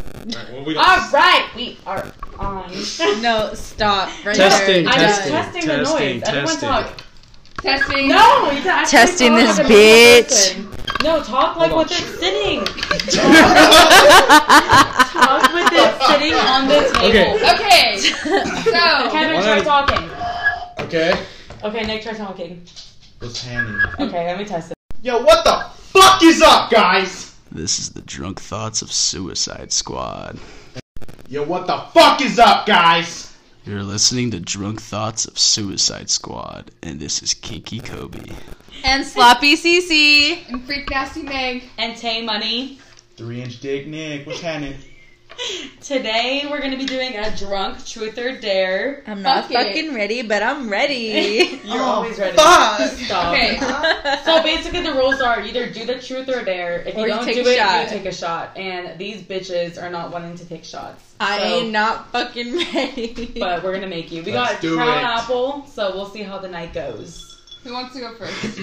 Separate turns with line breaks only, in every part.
Alright, well, we don't.
All right, we are on.
No, stop. Right
Testing,
there.
I'm just
testing,
testing the
testing,
noise. Everyone
testing.
talk.
Testing.
No, you have to
Testing
talk
this
like a real
bitch.
person. No, talk like
Hold
with
on.
it sitting. Talk with it sitting on the table.
Okay.
Okay. So.
Kevin,
One
try
at a-
talking.
Okay.
Okay, Nick, try talking.
What's happening?
Okay, let me test it.
Yo, what the fuck is up, guys?
This is the drunk thoughts of Suicide Squad.
Yo, what the fuck is up, guys?
You're listening to Drunk Thoughts of Suicide Squad, and this is Kinky Kobe.
And sloppy CC.
And freak nasty Meg.
And Tay Money.
Three inch dick Nick, what's happening?
Today we're gonna be doing a drunk truth or dare.
I'm
not
not
Fuck it.
fucking
fucking
ready, but I'm ready.
You're always ready. Stop.
Okay.
So basically, the rules are either do the truth or dare. If you
Or you
don't
take
do
a
it,
shot.
you take a shot. And these bitches are not wanting to take shots.
I
So-
ain't not fucking ready.
But we're gonna make you. We
Let's
got
do
Crown
it.
Apple, so we'll see how the night goes.
Who wants to go first?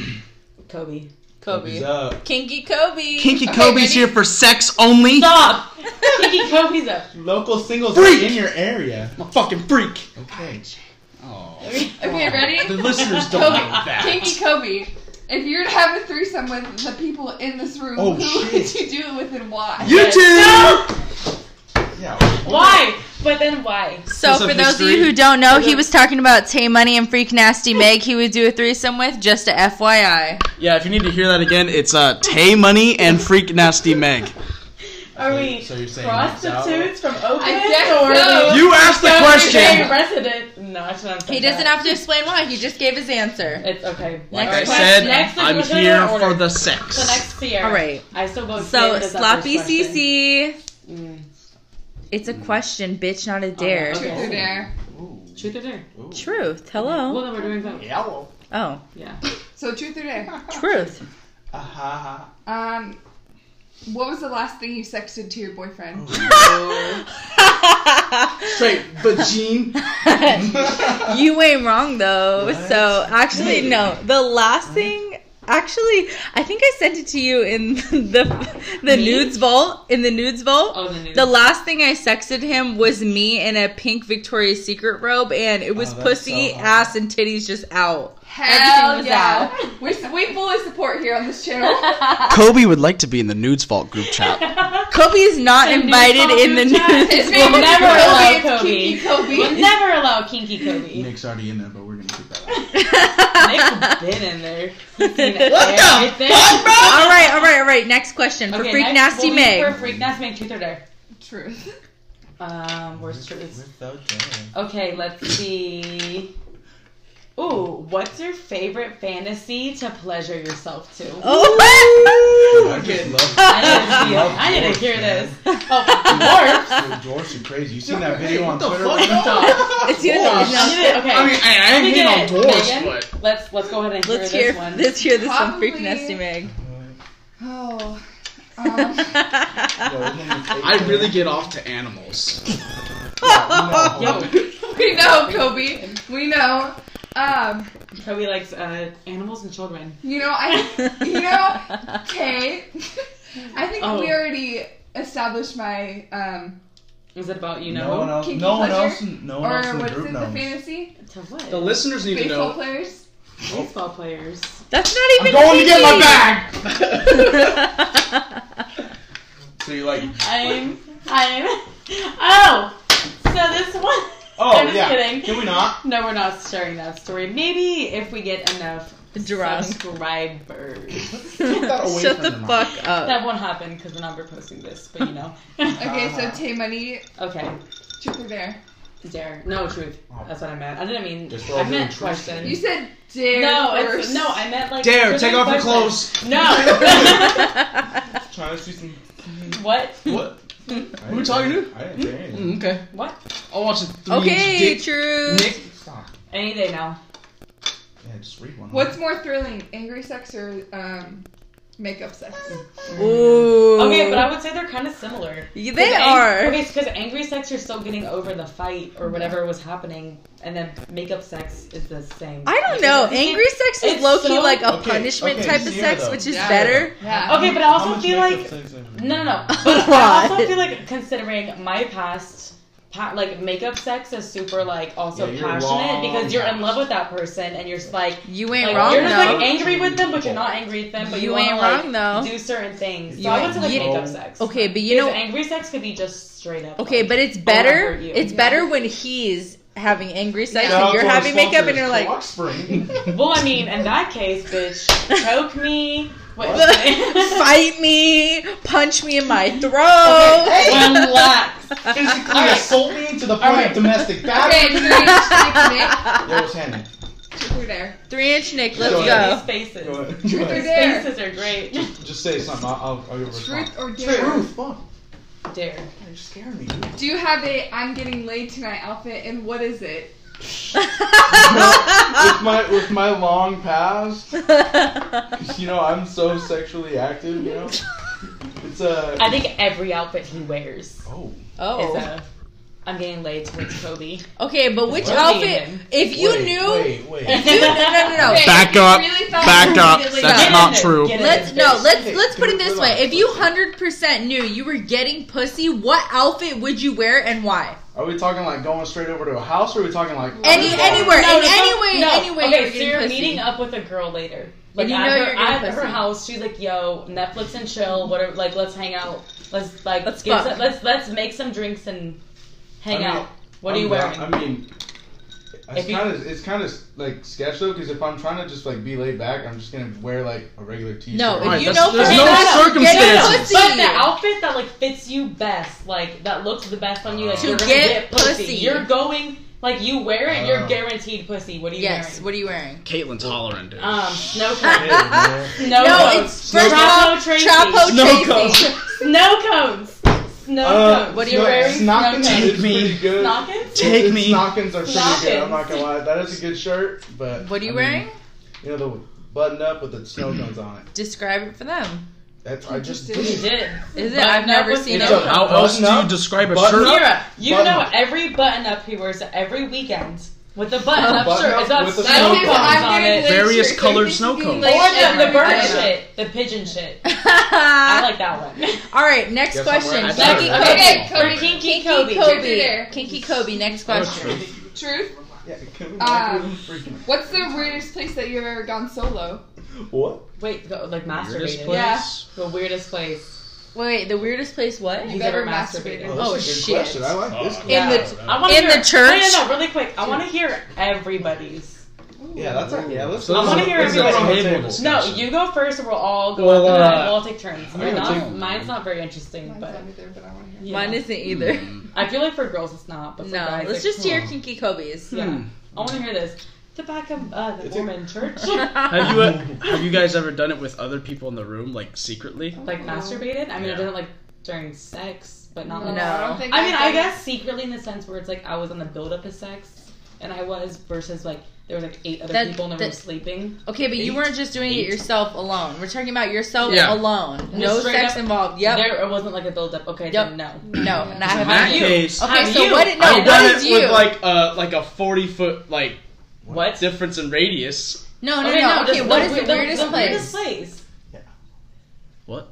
Kobe.
What's up?
Kinky Kobe.
Kinky
Okay,
Kobe's
ready?
here for sex only.
Stop! Kiki Kobe's up.
Local singles
Freak!
are in your area.
I'm a fucking freak.
Okay. Oh.
Okay,
The
ready?
listeners don't know that.
Kinky Kobe. If you were to have a threesome with the people in this room,
Oh,
who
shit.
would you do it with and why?
You too.
Yeah.
Why? But then why?
So
Some
for those
history.
of you who
don't know,
he
was talking about Tay Money and Freak Nasty Meg. He would do a threesome with, just a FYI.
Yeah, if you need to hear that again, it's uh Tay Money and Freak Nasty Meg.
Are
So-
we
so you're saying that's out?
prostitutes from Oakland?
I guess
or
so.
You asked the
Okay,
question.
resident. No, that's what I'm saying.
He doesn't have to explain why. He just gave his answer.
It's okay.
Like I
Alright.
said,
Next,
I'm
let's go to
here
our order.
for the
So
sex.
next fear.
All right.
I still go.
So
Sarah does that
sloppy
first question.
CC.
Mm.
It's a question, bitch, not a dare.
okay.
Truth or dare.
Ooh.
Truth or dare?
Ooh.
Truth.
Well,
Hello.
then we're doing both.
Yeah.
Oh,
Yeah.
So truth or dare.
truth.
Ah
Um, what was the last thing you sexted to your boyfriend?
Oh. Straight vagine.
you ain't wrong though.
What?
So actually,
Hey.
no. The last thing, actually, I think I sent it to you in the the
Me?
nudes vault. In the nudes vault.
Oh, the news.
The last thing I sexted him was me in a pink Victoria's Secret robe, and it was
Oh, that's
pussy,
so hot.
ass, and titties just out.
Hell
was
yeah. We, we fully support here on this channel.
Kobe would like to be in the Nudes Vault group chat.
Kobe's not
The nudes
invited
vault
in the
group chat.
nudes.
His name
We'll
is
never
Kobe,
allow
it's
Kobe.
Kinky Kobe.
We'll never allow kinky Kobe. Nick
Nick's already in there, but we're gonna keep that out.
has been in there. He's seen it
What
there,
the
I think.
all right, all right, all right. Next question for
Okay,
Freak
next
Nasty
we'll do
Meg.
For freak nasty Meg, truth or dare?
Truth.
Um, where's truth?
Without that.
Okay, let's see. Ooh, what's your favorite fantasy to pleasure yourself to?
Oh.
I just
I need to, see it. I need to hear this. Oh, dwarfs.
love Yo, Dwarfs are crazy. You seen that video on Twitter?
Stop.
It's either-
I need to- okay.
I mean, I, I
Let me
ain't hitting on
get it. Megan,
dwarfs,
Let's let's go ahead and hear
Let's
this
hear
one.
let's hear this one, Freak
Probably-
Nasty Meg.
Oh. Um,
but
but I really get off to animals.
Yeah, you know.
we know, Kobe. We know. Um,
Kobe likes uh, animals and children.
you know, I, you know, okay. I think
Oh.
we already established my, um,
Is it about you know?
No one else.
Kinky
No one
pleasure?
else. Oh, No one
or
else in the
what's
group
it, the
knows.
fantasy?
To what?
The listeners need to
Baseball
know.
players?
Baseball players.
That's not even
I'm going to get my
kinky.
bag. so you like?
I'm I'm Oh so this one
Oh
I'm just
yeah.
kidding.
Can we not?
No, we're not sharing that story. Maybe if we get enough
Drunk.
subscribers.
that away
Shut
from
the
your mouth.
fuck up.
That won't happen because we're not reposting this, but you know.
Okay,
Ah.
so Tay Money,
okay.
truth or dare?
Dare. No truth.
Oh.
That's what I meant. I didn't mean
Just roll
I meant
through truth.
question.
You said dare
no,
first.
it's, no, I meant like
Dare,
really
take off your
question.
clothes.
No.
Trying to see some.
what?
What?
Who
we talking to?
I didn't say anything.
Mm, okay.
What?
I'll watch the three
okay,
inch dick.
true.
Nick.
Stop.
Any day now.
Yeah, just read one.
What's more thrilling, angry sex or um, Makeup sex.
Ooh.
Okay, but I would say they're kind of similar.
Yeah,
'Cause
They
ang-
are.
Okay, because angry sex, you're still getting over the fight or whatever was happening, and then makeup sex is the same.
I don't
Like,
know.
it's-
Angry sex is
it's
low key
so-
like a
Okay,
punishment
okay,
type of
Sierra,
sex,
though.
which is
Yeah.
better.
Yeah.
Okay, but I
How
also
much
feel
makeup
like
sex is-
no, no, no. But I
Why?
also feel like considering my past, pa- like makeup sex is super like also
Yeah, you're
passionate
long
because you're in
past.
love with that person and you're just like.
You ain't
like,
wrong
you're just
though.
like angry with them, but you're not angry with them. But you,
You
wanna,
ain't
like,
wrong, though.
Do certain things. So
You
I
ain't-
would say like
you-
makeup sex.
okay, but you
Because
know-
angry sex could be just straight up.
okay,
like,
but it's
over
better.
you.
It's better when he's having angry sex
Yeah.
Shout out
and you're
to our
having makeup
sponsors,
and you're like.
Clock Spring.
Well, I mean, in that case, bitch, choke me. Wait, okay.
Fight me, punch me in my throat.
Relax.
Physically assault me to the point
Alright.
of domestic
Okay,
battery.
three, six,
Yo, it's Hannah.
Nick. We're there.
Three inch Nick, let's
Go
go.
ahead.
These faces.
Go ahead. Go
Truth or
ahead.
dare?
Faces are great.
Just say something. I'll, I'll, I'll respond.
Truth or dare?
Truth. Fuck.
Dare.
You're scaring me. dude.
Do you have a I'm getting laid tonight outfit and what is it?
with my with my long past, you know, I'm so sexually active. You know, it's a.
I think every outfit he wears
oh.
is
oh,
a. I'm getting laid towards Kobe.
okay, but which
Wait.
outfit? If you
wait,
knew,
Wait, wait.
You, no, no, no, no.
Okay,
Back
you
up,
really thought
back
you
up.
were getting laid
That's
Get
out?
not
in there,
true.
get in
Let's
there,
no,
bitch.
let's
Okay,
let's put it this way.
relax.
If you hundred percent knew you were getting pussy, what outfit would you wear and why?
Are we talking like going straight over to a house, or are we talking like
Any
Oh,
anywhere,
No,
in
no,
any
no,
way,
no.
any way
Okay,
you're
so
getting
you're
pussy.
meeting up with a girl later. Like
you
at
know
her,
you're getting
at her
pussy.
house, she's like, "Yo, Netflix and chill. Whatever. Like, let's hang out. Let's like
Let's
get
fuck.
some- let's let's make some drinks and hang
I mean,
out. What are
I'm
you
down-
wearing?
I mean, it's
If you-
kind of it's kind of like sketch though, because if I'm trying to just like be laid back, I'm just gonna wear like a regular t-shirt.
no, if
Right,
you
that's-
know for
there's
a
no
fact you're
circumstances.
getting
But
pussy,
the outfit that like fits you best, like that looks the best on you, like
To
you're
get
gonna get pussy.
pussy.
You're going like you wear it, you're
Oh.
guaranteed pussy. What are you
yes.
wearing?
What are you wearing?
Caitlin's hollering, dude.
Um, snow
Hey,
cones.
man.
Snow
no,
cones.
it's
Snow
first
cone.
off,
Trapo Tracy.
Trapo
Snow
Tracy.
cone.
snow cones. Snow
Uh,
cones.
What are you
snow-
wearing?
Snockins
Snow
is
cones.
pretty good.
Snockins?
Take
It's-
me.
Snockins are pretty good. I'm not
Snockins.
gonna lie, that is a good shirt. But
What are you
I mean,
wearing?
You know the button up with the snow cones on it.
Describe it for them.
That's I just
Interesting.
did.
Did.
Is it?
Button
I've
up
never
with
seen
snow
it.
cones.
How else do
Button
you
up.
describe a
Button
shirt? up?
Mira, you
Button
know
up.
every button up he wears every weekend with a button up
Button
shirt.
up
It's got
with a
snow
snow
cones
cone. I'm
on
getting
it.
laid
Various
shirt.
colored
Everything's
snow
being
cones.
laid
Or
out.
the, the bird
Yeah.
shit. The pigeon shit. I
All
like that one.
right, next
Guess I'm
question.
wearing
a
Kinky
shirt.
Kobe.
Okay, Kobe.
Or kinky
Kinky
Kobe.
Kobe.
There.
Kinky Kobe. Next
That was
question. Uh,
true.
Truth?
Yeah, can we
Um,
walk through the freaking-
What's the weirdest place that you've ever gone solo?
What?
Wait, go, like
Weirdest
masturbated.
place?
Yeah.
The weirdest place.
Wait, wait, the weirdest place. What?
He's
ever
ever masturbated.
masturbated?
Oh, that's
Oh,
a good
shit.
question. I like this.
Fuck.
Question.
In
Yeah.
the-
I wanna
in
hear,
the church?
No, no, no, really quick. I want to hear everybody's.
Yeah, that's a, yeah. Let's.
So
I
this
wanna
is-
hear
this is a
everybody.
table
Table.
discussion.
No, you go first, and we'll all go.
Well,
Well,
uh,
we'll all take turns.
I'm gonna
Mine-
take-
mine's not very interesting,
Mine's
but
not either, but I want to hear.
yeah.
Mine isn't either.
Hmm.
I feel like for girls it's not. But for
No,
guys,
let's
like,
just hear Kinky Kobe's.
Yeah.
Hmm.
I want to hear this. The back of uh, the
It's a-
Mormon church,
Have you uh, have you guys ever done it with other people in the room, like secretly?
Oh.
like masturbated. I mean,
Yeah.
I did it like during sex, but not.
No,
Like,
I don't
No.
think
I mean, I
did.
guess secretly in the sense where it's like I was on the build up of sex, and I was versus like there was like eight other
That-
people in the room
that-
sleeping.
Okay, but you weren't just doing
Eight.
it yourself alone. We're talking about yourself
Yeah.
alone. No
straight
sex
up-
involved. Yep.
There it wasn't like a build up. Okay,
Yep.
then no.
no, and I
In
have
that
you?
case,
Okay,
Have
so
you?
what? Did, no,
I've
I've done
what
it
is you?
with like a like a forty foot like
What?
difference in radius.
no, no, no. Okay,
just
what is the
weir-
weirdest
the
place?
weirdest place.
What?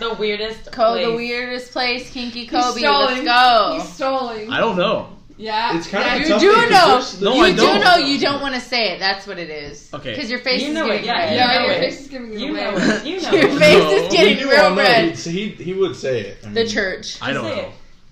The weirdest
Co-
place.
the weirdest place, Kinky
He's
Kobe. Let's
stalling.
go.
He's stalling.
I don't know.
Yeah.
It's kind
yeah,
of
You do know.
No,
you
I
do
don't.
know you don't want to say it. That's what it is.
Okay.
Because your face
You
is
know it,
getting
yeah,
red.
you
Yeah,
know
your
it.
face is giving it
You
away.
know it. You know
Your
it.
face
No,
is getting
he do
real
all know.
red.
He'd- He, he would say it. I mean,
The church
I don't
Say
know.
it.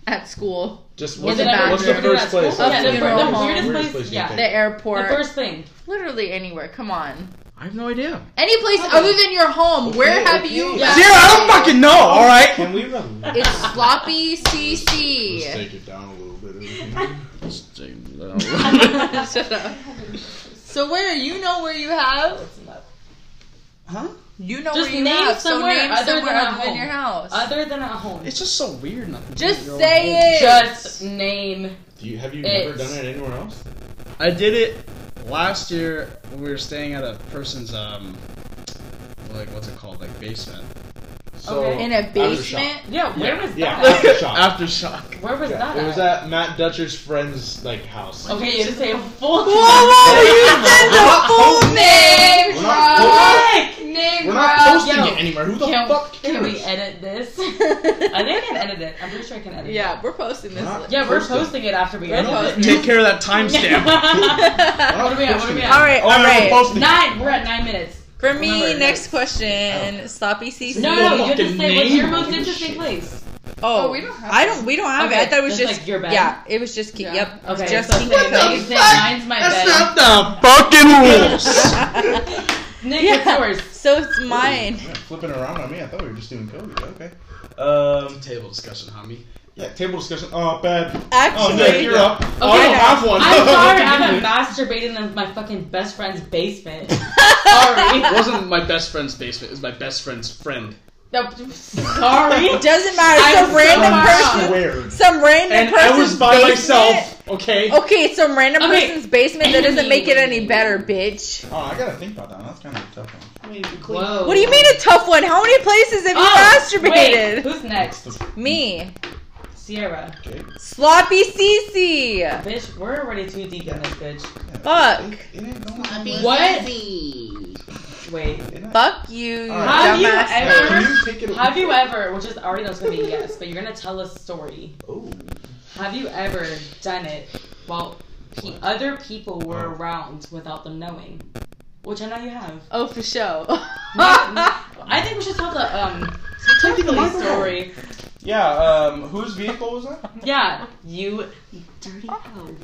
at school,
Just
Was
what's,
it at
the, what's the
a
first place?
school?
Yeah, the,
A
fir-
funeral
the
home.
weirdest
Weirdest
place.
place you
yeah.
can
the airport,
The first thing.
literally anywhere. Come on,
I have no idea.
any place
Okay.
other than your home. Where
Okay,
have
okay.
you?
Yeah.
Zero, I don't fucking know. All right.
Can we relax?
It's sloppy
Let's
CC.
take it down a little bit. okay?
Shut up. So where you know where you have?
huh?
You know
Just
where you
name
have.
somewhere
so name
other
somewhere
than at
other than
home.
your house.
Other than at home.
It's just so weird. Not to
Just
do your own
say
home.
it.
Just name.
Do you, have you never
It's-
done it anywhere else?
I did it last year when we were staying at a person's um. like what's it called? Like basement.
So
Okay.
In a
aftershock.
basement?
Yeah, where was
Yeah,
that?
aftershock.
Aftershock.
Where was
Yeah,
that?
it was
at? Oh,
at Matt Dutcher's friend's like house.
Okay, you just say a full.
Oh,
Whoa,
Name
We're not-
drop!
Heck!
Name
We're not
drop!
posting
yo,
it anywhere. Who the
can-
fuck cares?
Can we edit this? I think I can edit it. I'm pretty sure I can edit
yeah, we're posting this.
Huh?
it. Yeah, we're
Post it.
posting it after we
We're
edit
posting
it.
Take care of that timestamp.
We're not
What are we at? What are
posting
we
it.
at?
all right,
oh,
all
I
right.
never posted. it.
Nine. We're at nine minutes.
For me,
Remember,
next question. E Sloppy CC.
No, no, you have to
fucking
say what's your
name.
most interesting place.
Oh,
Oh, we don't have
I
it.
don't. We don't have
Okay,
it. I thought it was
just
just,
like your bed.
Yeah, it was just. Keep,
Yeah.
Yep.
Okay,
just
so
keep
say
it.
mine- say mine's my
That's
bed.
not the fucking rules.
Nick, it's
Yeah.
yours.
So it's mine.
Yeah, flipping around on me. I thought we were just doing Kobe. Okay. Um.
Table discussion, homie.
Yeah. Table discussion. Oh, bad. Oh, Nick,
Actually,
you're up. Oh, I don't
Okay.
have one.
I'm sorry, I'm masturbating in my fucking best friend's basement. sorry.
It wasn't my best friend's basement. It was my best friend's friend.
No, sorry.
it doesn't matter. Some
I'm
random
sorry.
person.
Squared.
Some random
And
person's
I was by
basement.
myself. Okay.
Okay, it's some random
Okay.
person's basement. That doesn't make it any better, bitch.
Oh, I gotta think about that. one. That's kind of a tough one.
Whoa.
What do you mean a tough one? How many places have you
Oh. Wait,
masturbated?
who's next?
Me,
Sierra.
Okay.
sloppy CC.
Bitch, we're already too deep in this bitch.
Yeah.
Fuck.
It, it ain't going nowhere.
What? Wait.
It ain't-
Fuck you, you
All right.
Have you
dumbass.
Hey,
ever-
Can you take it?
Have you ever, which is already not going to be a yes, but you're going to tell a story.
Oh.
Have you ever done it while pe- other people were around without them knowing? Which I know you have.
Oh, for sure.
I think we should tell the um tell
Taking the
the
microphone.
story.
Yeah. Um. Whose vehicle was that?
Yeah, you dirty hoe.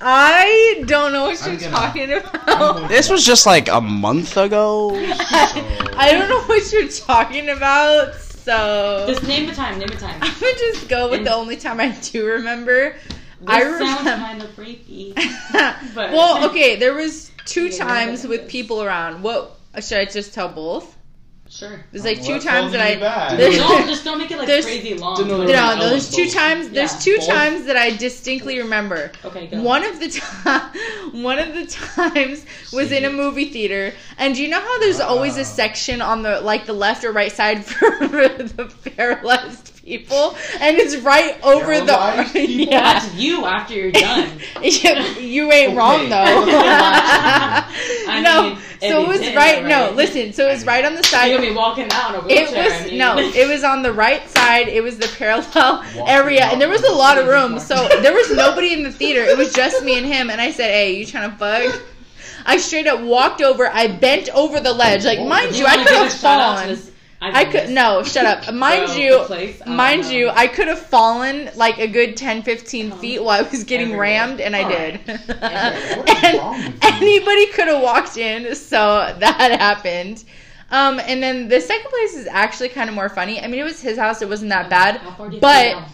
I don't know what
I'm
you're
gonna-
talking
I'm
about.
going-
This was just like a month ago.
I, I don't know what you're talking about, so
Just name the time. Name the time.
I'm gonna just go with the only time I do remember.
This
I
sounds
remember.
kind of creepy.
well, okay, there was two
Yeah,
times
yeah,
with
yeah.
people around. What should I just tell both?
Sure.
There's like
Well,
two
that's
times that
holding you
I
back.
there's,
Don't, just don't make it like
There's-
crazy long.
Didn't know there
no,
was-
no, there's two
Both.
times. There's
Yeah.
two
Both?
times that I distinctly remember.
Okay, go.
One of the ti- one of the times was in a movie theater, and you know how there's always
Ah.
a section on the like the left or right side for the paralyzed people, and it's right over
Paralyzed
the
people?
yeah.
That's you after you're done.
you, you ain't wrong though.
I
no,
mean, if
so
you
it was
did it
right. No,
right.
listen. So it was right on the
You're
side.
gonna be walking out in a
It
wheelchair. I
was
mean.
no, it was on the right side. It was the parallel
Walking
area, and there was a lot of
out.
room. So there was nobody in the theater. It was just me and him. And I said, "Hey, you trying to fuck?" I straight up walked over. I bent over the ledge, like mind you, I
wanna
could
give
have
a shout out to
fallen.
this-
I could no, shut up. Mind
So, the
you,
place, I don't
mind
know.
you,
Um,
I could have fallen like a good 10, 15
Oh.
feet while I was getting
Everywhere.
rammed, and I
Alright.
did.
Everywhere.
What is
And
wrong with you?
anybody could have walked in, so that happened. Um, and then the second place is actually kind of more funny. I mean, it was his house; it wasn't that bad.
How far do you
but-
feel?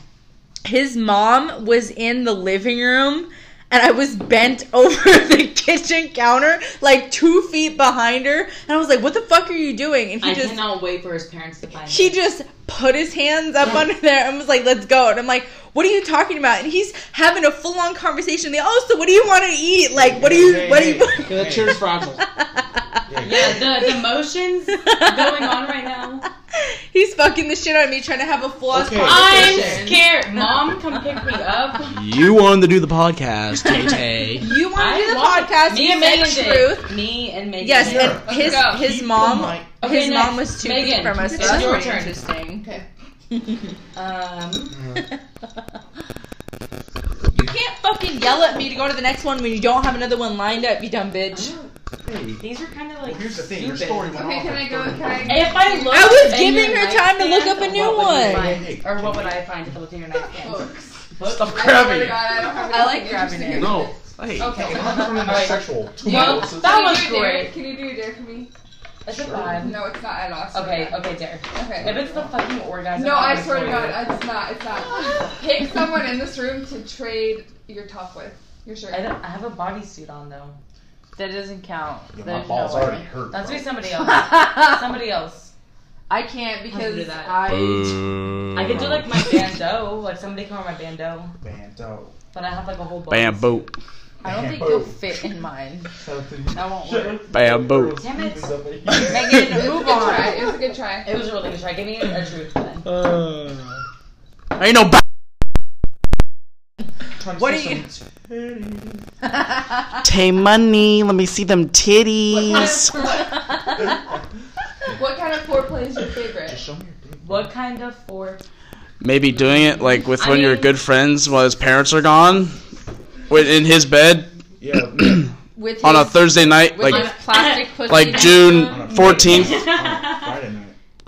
His mom was in the living room, and I was bent over the kitchen counter, like two feet behind her, and I was like, "What the fuck are you doing?" And he
I
just
cannot wait for his parents to find.
he just put his hands up under there and was like, "Let's go." And I'm like, "What are you talking about?" And he's having a full on conversation. They, "Oh, so what do you want to eat? Like, what do you,
Hey,
what do
hey,
you?"
hey.
Fragile.
Yeah, the, the motions going on right now.
He's fucking the shit out of me, trying to have a full on
Okay.
I'm
conversation.
scared. Mom, come pick me up.
You wanted to do the podcast, Tay Tay.
You want to do the
want-
podcast? You said
did.
truth.
Me and Megan.
Yes,
did.
and his
go.
his
Keep
mom
the mic.
Okay,
his
next.
mom was too
Megan,
from us. so
it's
that's
your
pretty
turn.
Interesting.
Okay.
um,
you can't fucking yell at me to go to the next one when you don't have another one lined up, you dumb bitch.
Hey,
these are kind of like
well, here's the thing. Your
stupid.
story went
Okay,
off
can
at
I go?
30.
Can I?
If I looked
I was
in
giving
your
her time to look
nightstand,
up a new
what would you
one.
find?
Hey, hey,
Or what
can
would
we-
I find if I looked in your nightstand?
Books. I swear
Stop
to
grabbing.
Oh God, I don't have
I like
anything
grabbing
interesting.
it.
No. Hey.
Okay.
We're not turning
Alright.
this sexual. Two
Well,
minutes. It's-
that
Can you
was
do a dare?
great.
Can you do a dare for me?
It's a vibe.
No, it's not. I lost.
Okay, okay, dare.
Okay.
If it's the fucking orgasm.
No, I
I'm
swear to
sorry.
God, it's not. It's not. Pick someone in this room to trade your top with. Your shirt.
I, don't, I have a bodysuit on though. That doesn't count.
Yeah, my balls already hurt.
That's
bro.
be somebody else.
I
somebody else.
can't
because do that.
I.
I
I could do like my bandeau. Like somebody can wear my bandeau,
Bando.
but I have like a whole. Box.
Bamboo.
I don't think you'll fit in mine.
Something.
That won't work.
Bamboo.
Damn it.
Megan,
It was a
move
good try.
on.
It was a good try.
It was really good try. Give me a truth then.
Ain't no b-
What are you-
Tay money. Let me see them titties.
What kind of foreplay is your favorite?
Show me your dick.
What kind of four?
Maybe doing it like with
I
one of your
mean-
good friends while his parents are gone, with in his bed
Yeah. yeah.
With
on a
his,
Thursday night,
With
like
his plastic pussy.
like
On a
June fourteenth,
Friday night. On a Friday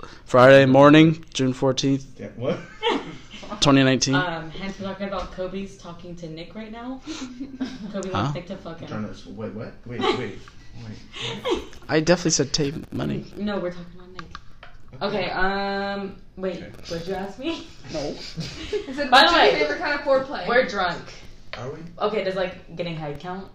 night.
Friday morning, June fourteenth,
Yeah, what?
twenty nineteen.
Hmm?
Uh.
Um, hence we're talking about Kobe's talking to Nick right now. Kobe
Huh?
wants Nick to fuck
Trying
him.
to, wait, what? Wait, wait, wait.
I definitely said Tay money.
No, we're talking about Nick. Okay. Um. Wait.
Okay.
What'd you ask me?
No.
Is it
By
what's
the
your
way,
favorite kind of foreplay?
We're drunk.
Are we?
Okay. Does like getting head count?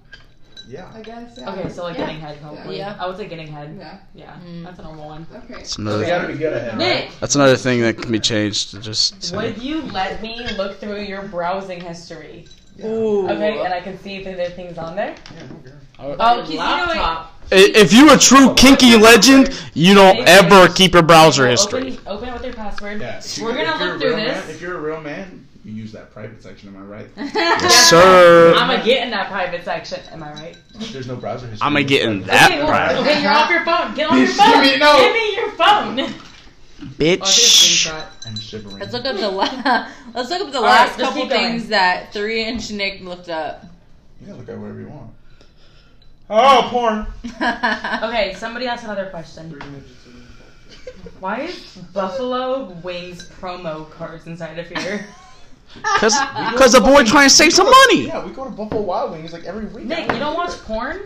Yeah.
I guess. Yeah.
Okay. So like
yeah.
getting head count.
Yeah.
Yeah.
I would say getting head.
Yeah.
Yeah.
Mm.
That's a normal one.
Okay.
That's
They
another.
gotta be good at it.
Nick,
That's another thing that can be changed. To just uh, say.
would you let me look through your browsing history?
Ooh.
Okay, and I can see if there's things on there.
Oh,
Your
'cause you know what-
laptop.
I- If you a true kinky legend, you don't ever keep your browser history.
Open, open it with your password.
Yeah. if you-
We're
if
gonna
you're a
look through
real man-
this.
if you're a real man, you use that private section, am I right?
Yes, sir.
I'm gonna get in that private section. Am I right?
There's no browser history.
I'ma get in that
okay, well,
private.
okay, you're off your phone. Get on your
Bitch,
phone.
give me- no.
Give me your phone. Oh,
Bitch.
here's a screenshot.
I'm shivering.
Let's look up the la- let's look up the
All right,
last
let's
couple
keep going.
things that three inch Nick looked up.
You can look at whatever you want. Oh, porn.
Okay, somebody asked another question. Why is Buffalo Wings promo cards inside of here?
Cause, cause the boy trying to save some money.
Yeah, we go to Buffalo Wild Wings like every week.
Nick, you don't watch porn?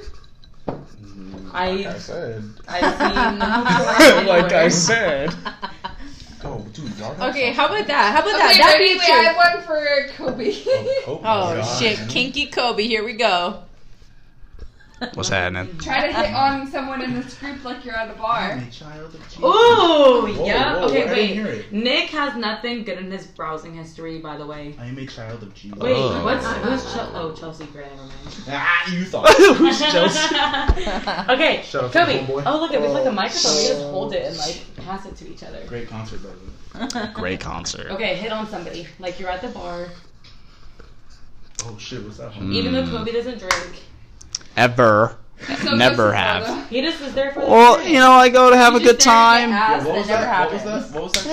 Mm, Like I
I
said.
I've seen
said.
Oh, dude, y'all. got
okay, how
some-
about that? How about that?
Okay,
That'd
ready?
be
Wait, I have one for Kobe.
Oh,
Oh
my God.
shit, kinky Kobe. Here we go.
What's happening?
Try to hit on someone in this group like you're at a bar.
Hey, child of Jesus.
Ooh,
Whoa,
yeah.
whoa,
okay,
I
wait.
didn't hear it.
Nick has nothing good in his browsing history, by the way.
I am a child of Jesus.
Wait,
Oh.
what's who's Chelsea? Oh, Chelsea Gray. Never mind.
Ah, you thought.
Who's Chelsea?
okay,
Shut up,
Kobe.
homeboy.
Oh, look, it was like a
Oh,
microphone. We just
shit.
hold it and like pass it to each other.
Great concert, by the way.
Great concert.
Okay, hit on somebody. Like you're at the bar.
Oh shit, what's that?
Hmm.
Mm.
Even though Kobe doesn't drink,
Ever. Never have.
he just was there for the.
Well,
experience.
you know, I go to have a good time.
Yeah,
Ass
what, was
never
that? what was
happens.
that? What was that? shit?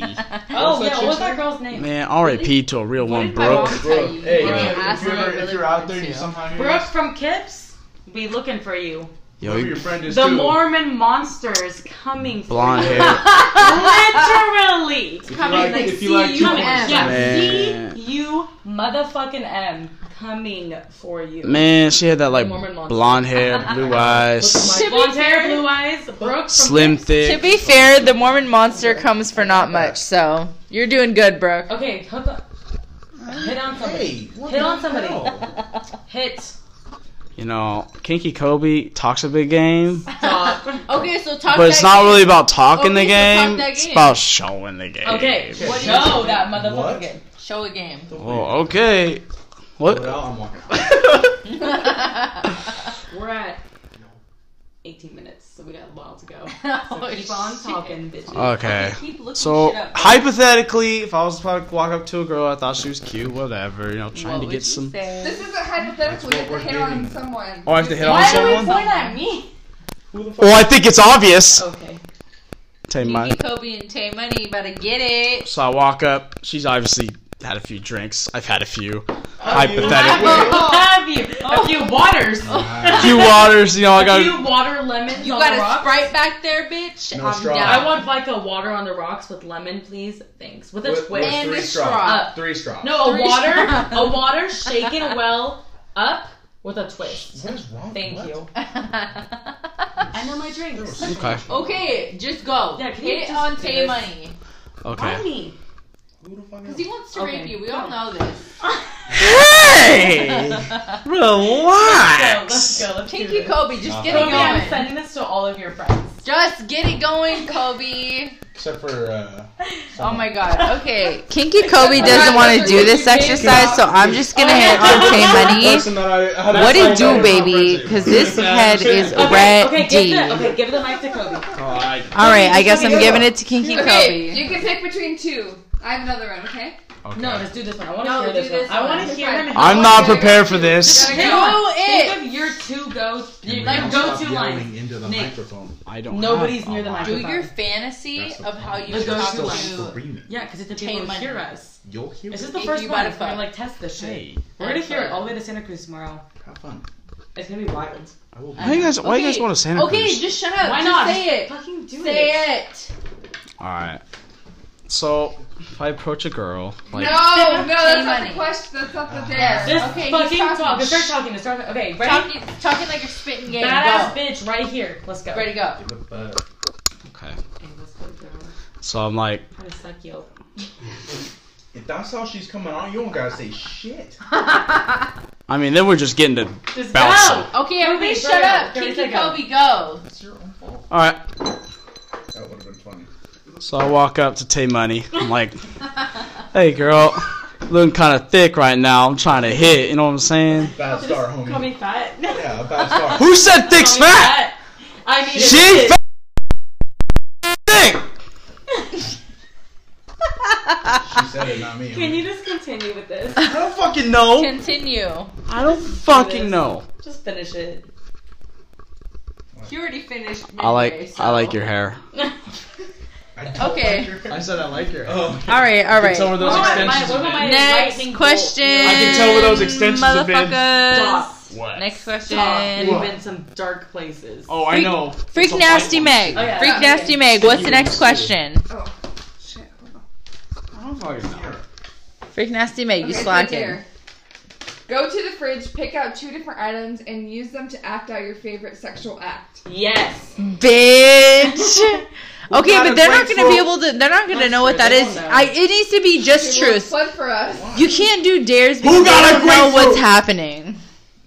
Oh
What's that
yeah, what was
chick's
that girl's name?
Man, R.I.P. to a real one,
did my mom
Brooke.
say?
Brooke,
You
hey,
give me
Brooke,
an ass
if you're,
when I
ever, if
really
you're out
wanted
there, you
to.
somehow hear
Brooke
this,
from Kips. Be looking for you.
Yo,
whoever your
you
friend is
The
too.
Mormon monster is coming. for
blonde
you.
hair.
Literally.
if you
coming,
like,
like,
if you like,
see
you
you
coming.
M.
Yeah.
Man.
C U motherfucking M coming for you.
Man, she had that like
Mormon monster.
blonde hair, blue eyes,
Like, blonde hair, blue eyes, Brooke from
slim,
To
thick.
be fair, the Mormon monster comes for not much, so you're doing good, bro.
Okay, hook up. Hit on somebody.
Hey, what
Hit
the
on somebody.
hell?
Hit.
You know, Kinky Kobe talks a big game,
Okay, so talk.
but it's not really about talking the
Okay, so talk
game.
that
It's
game.
about showing the game.
Okay,
Shit.
show that motherfucking
What?
game.
show a game.
Oh,
Well, okay.
Well,
What?
now I'm walking out.
We're at 18 minutes, so we got a while to go. So
Oh,
Oh,
keep on talking, bitches.
Okay.
Keep looking
So
shit up.
hypothetically, if I was to walk up to a girl, I thought she was cute, whatever, you know, trying to get some.
This isn't hypothetical. You
That's
have
what
to
we're
hit on
dating.
someone.
Oh, I have to hit on
Why do we
someone.
point at me?
Who the fuck?
Well, I think it's obvious.
Okay.
Take my.
Kobe and Tay Money, you better get it.
So I walk up. She's obviously had a few drinks. I've had a few.
Wait,
Hypothetically.
wait.
Have you? A few waters.
A few waters, you know, I
A
got.
few water lemons
You
on
got
the
a
rocks.
sprite back there, bitch.
No
I'm
straw.
I
down.
want vodka water on the rocks with lemon, please. Thanks. With a
With-
twist. Uh,
with
And
three
a
straws.
straw.
Up.
Three straws.
No, a
Three
water,
shots.
a water shaken well up with a twist.
What is wrong?
Thank
what?
you. And then my drinks.
Okay.
okay, just go.
Uh. Yeah, can you
Hit
just
on
do
Tay
this?
Money
Why
Okay.
me?
Who the fuck?
because he wants to
Okay.
rape you. We all know this.
Hey!
Let's
Relax.
go. Let's do
Kinky
this.
Kobe, just get
Kobe, I'm
it going.
sending this to all of your friends.
Just get it going, Kobe.
Except for. Uh,
Oh
someone.
my god. Okay. Kinky
Kobe
Kobe
doesn't
doesn't want
wanna
to do this exercise, so I'm just gonna hit on K
Person that I- I had
What
to
it
find
do,
out
baby?
is not
Because this
friends.
head is
Okay, okay, give
ready.
the, okay, give the mic to Kobe.
All right, I guess I'm giving it to Kinky
Okay,
Kobe.
you can pick between two. I have another one, okay?
Okay.
No, let's do this one. I want to
No,
hear
do
this,
this
one. I
one.
want to hear him.
I'm not prepared for this.
Gotta
Think
go.
of-
it.
Think of your two goes, your,
Can
like
we
go
Stop
to
yelling
lines.
into the
Nick.
microphone.
I don't.
Nobody's
have a
near the
lot.
Do
microphone.
your fantasy
That's the
of how
problem.
you
Let's go
talk
to
Still
line.
to.
screaming.
Yeah, because if the
Tame
people
money.
hear us.
You'll hear
This is
it.
the
If
first
you
one.
gotta
We're gonna
fuck.
like test this shit.
Hey,
We're gonna hear it
fuck.
all the way to Santa Cruz tomorrow.
Have fun.
It's gonna be wild.
I will be.
why you guys? Why you guys
Okay,
want to Santa
Okay,
Cruz?
just shut up.
Why
Just
not?
Say it.
Fucking do it.
Say it.
All right. So if I approach a girl,
No, no,
like
that's not
money.
the question. That's not the
Yes.
dare.
This
Okay, he's
fucking
talking.
talk. Start talking. Start. Okay, ready?
Talking, talking like you're spitting game.
Badass
Go.
bitch right here. Let's go.
Ready, go.
Give it a-
okay.
Okay, let's go. girl.
So I'm like,
I'm gonna suck you. up.
If that's how she's coming on, you don't gotta say shit.
I mean, then we're just getting to.
Just
Bounce
go.
it.
Okay, everybody,
Everybody,
shut
go.
up.
Thirty
Kinky
seconds.
Kobe, go.
That's your own fault.
All right.
That would have been funny.
So I walk up to Tay Money. I'm like, hey girl, looking kind of thick right now. I'm trying to hit. You know what I'm saying?
Bad star, homie.
Call me fat.
Yeah, a bad star.
Who said thick's
Call me
fat?
I need
She
it.
ain't thick.
she said it, not me.
Can
homie.
you just continue with this?
I don't fucking know.
Continue.
I don't fucking know.
Just finish it.
You already finished.
I
midway,
like
so-
I like your hair.
I don't
Okay.
Like your hair.
said I like your
Oh,
All right, all right.
where
What about my- what about my lightning
Next
bolt?
question.
I can tell where those extensions have been.
Motherfuckers.
Stop.
What?
Next
Stop. We've
question.
been some dark places.
Oh, I
Freak-
know.
Freak
It's a
Nasty
white
Meg.
Oh, yeah.
Freak
Okay.
Nasty Meg. What's the next question?
Shit. hold on.
one. I don't fucking know.
Freak Nasty Meg, you
Okay, so
slacking.
dare. Go to the fridge, pick out two different items, and use them to act out your favorite sexual act.
Yes.
Bitch. Okay,
gotta
but they're not
break
gonna be
through.
able to. They're not gonna
That's
know what
true,
that
they
is.
don't know.
I. It needs to be just
It will
truth.
flood for us.
You can't do dares because
Who
you
got a
don't know
grapefruit?
what's happening.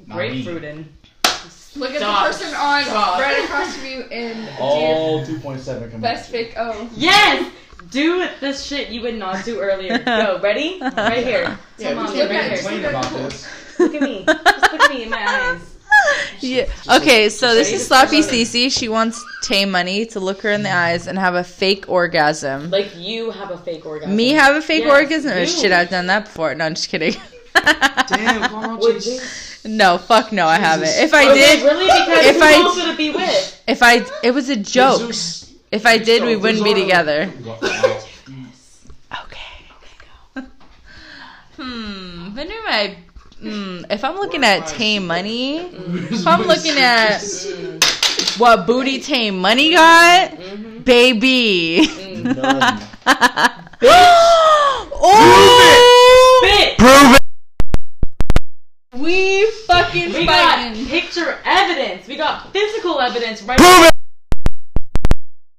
Not me.
Grapefruit in.
Look
Stop.
at the person on
Stop.
right across from you and do
All 2.7
your
combined.
best fake O.
Yes. Do this shit you would not do earlier. Go. Ready? Right here.
Yeah,
Come
we
on,
can't
look
really
at her.
complain about this.
Look at me. Just look at me in my eyes.
Yeah. Okay, so this is Sloppy Cece. She wants Tay Money to look her in the eyes and have a fake orgasm.
Like you have a fake orgasm.
Me have a fake
Yes,
orgasm? Oh,
you.
shit, I've done that before. No, I'm just kidding.
Damn, why don't you-
Would you?
no, fuck no, I haven't. If I
Okay, Oh,
did,
Really? Because
If
who
I-
else would it be with?
if I, it was a joke.
Jesus.
If I did, we
Jesus.
wouldn't be
Jesus.
together.
Wow.
Okay. Hmm. But never mind. Hmm, if I'm looking at Tay Money, if I'm looking at what booty Tay Money got, baby.
None.
oh,
Bitch.
Prove it.
we fucking
We got
fighting.
picture evidence. We got physical evidence right
Prove it.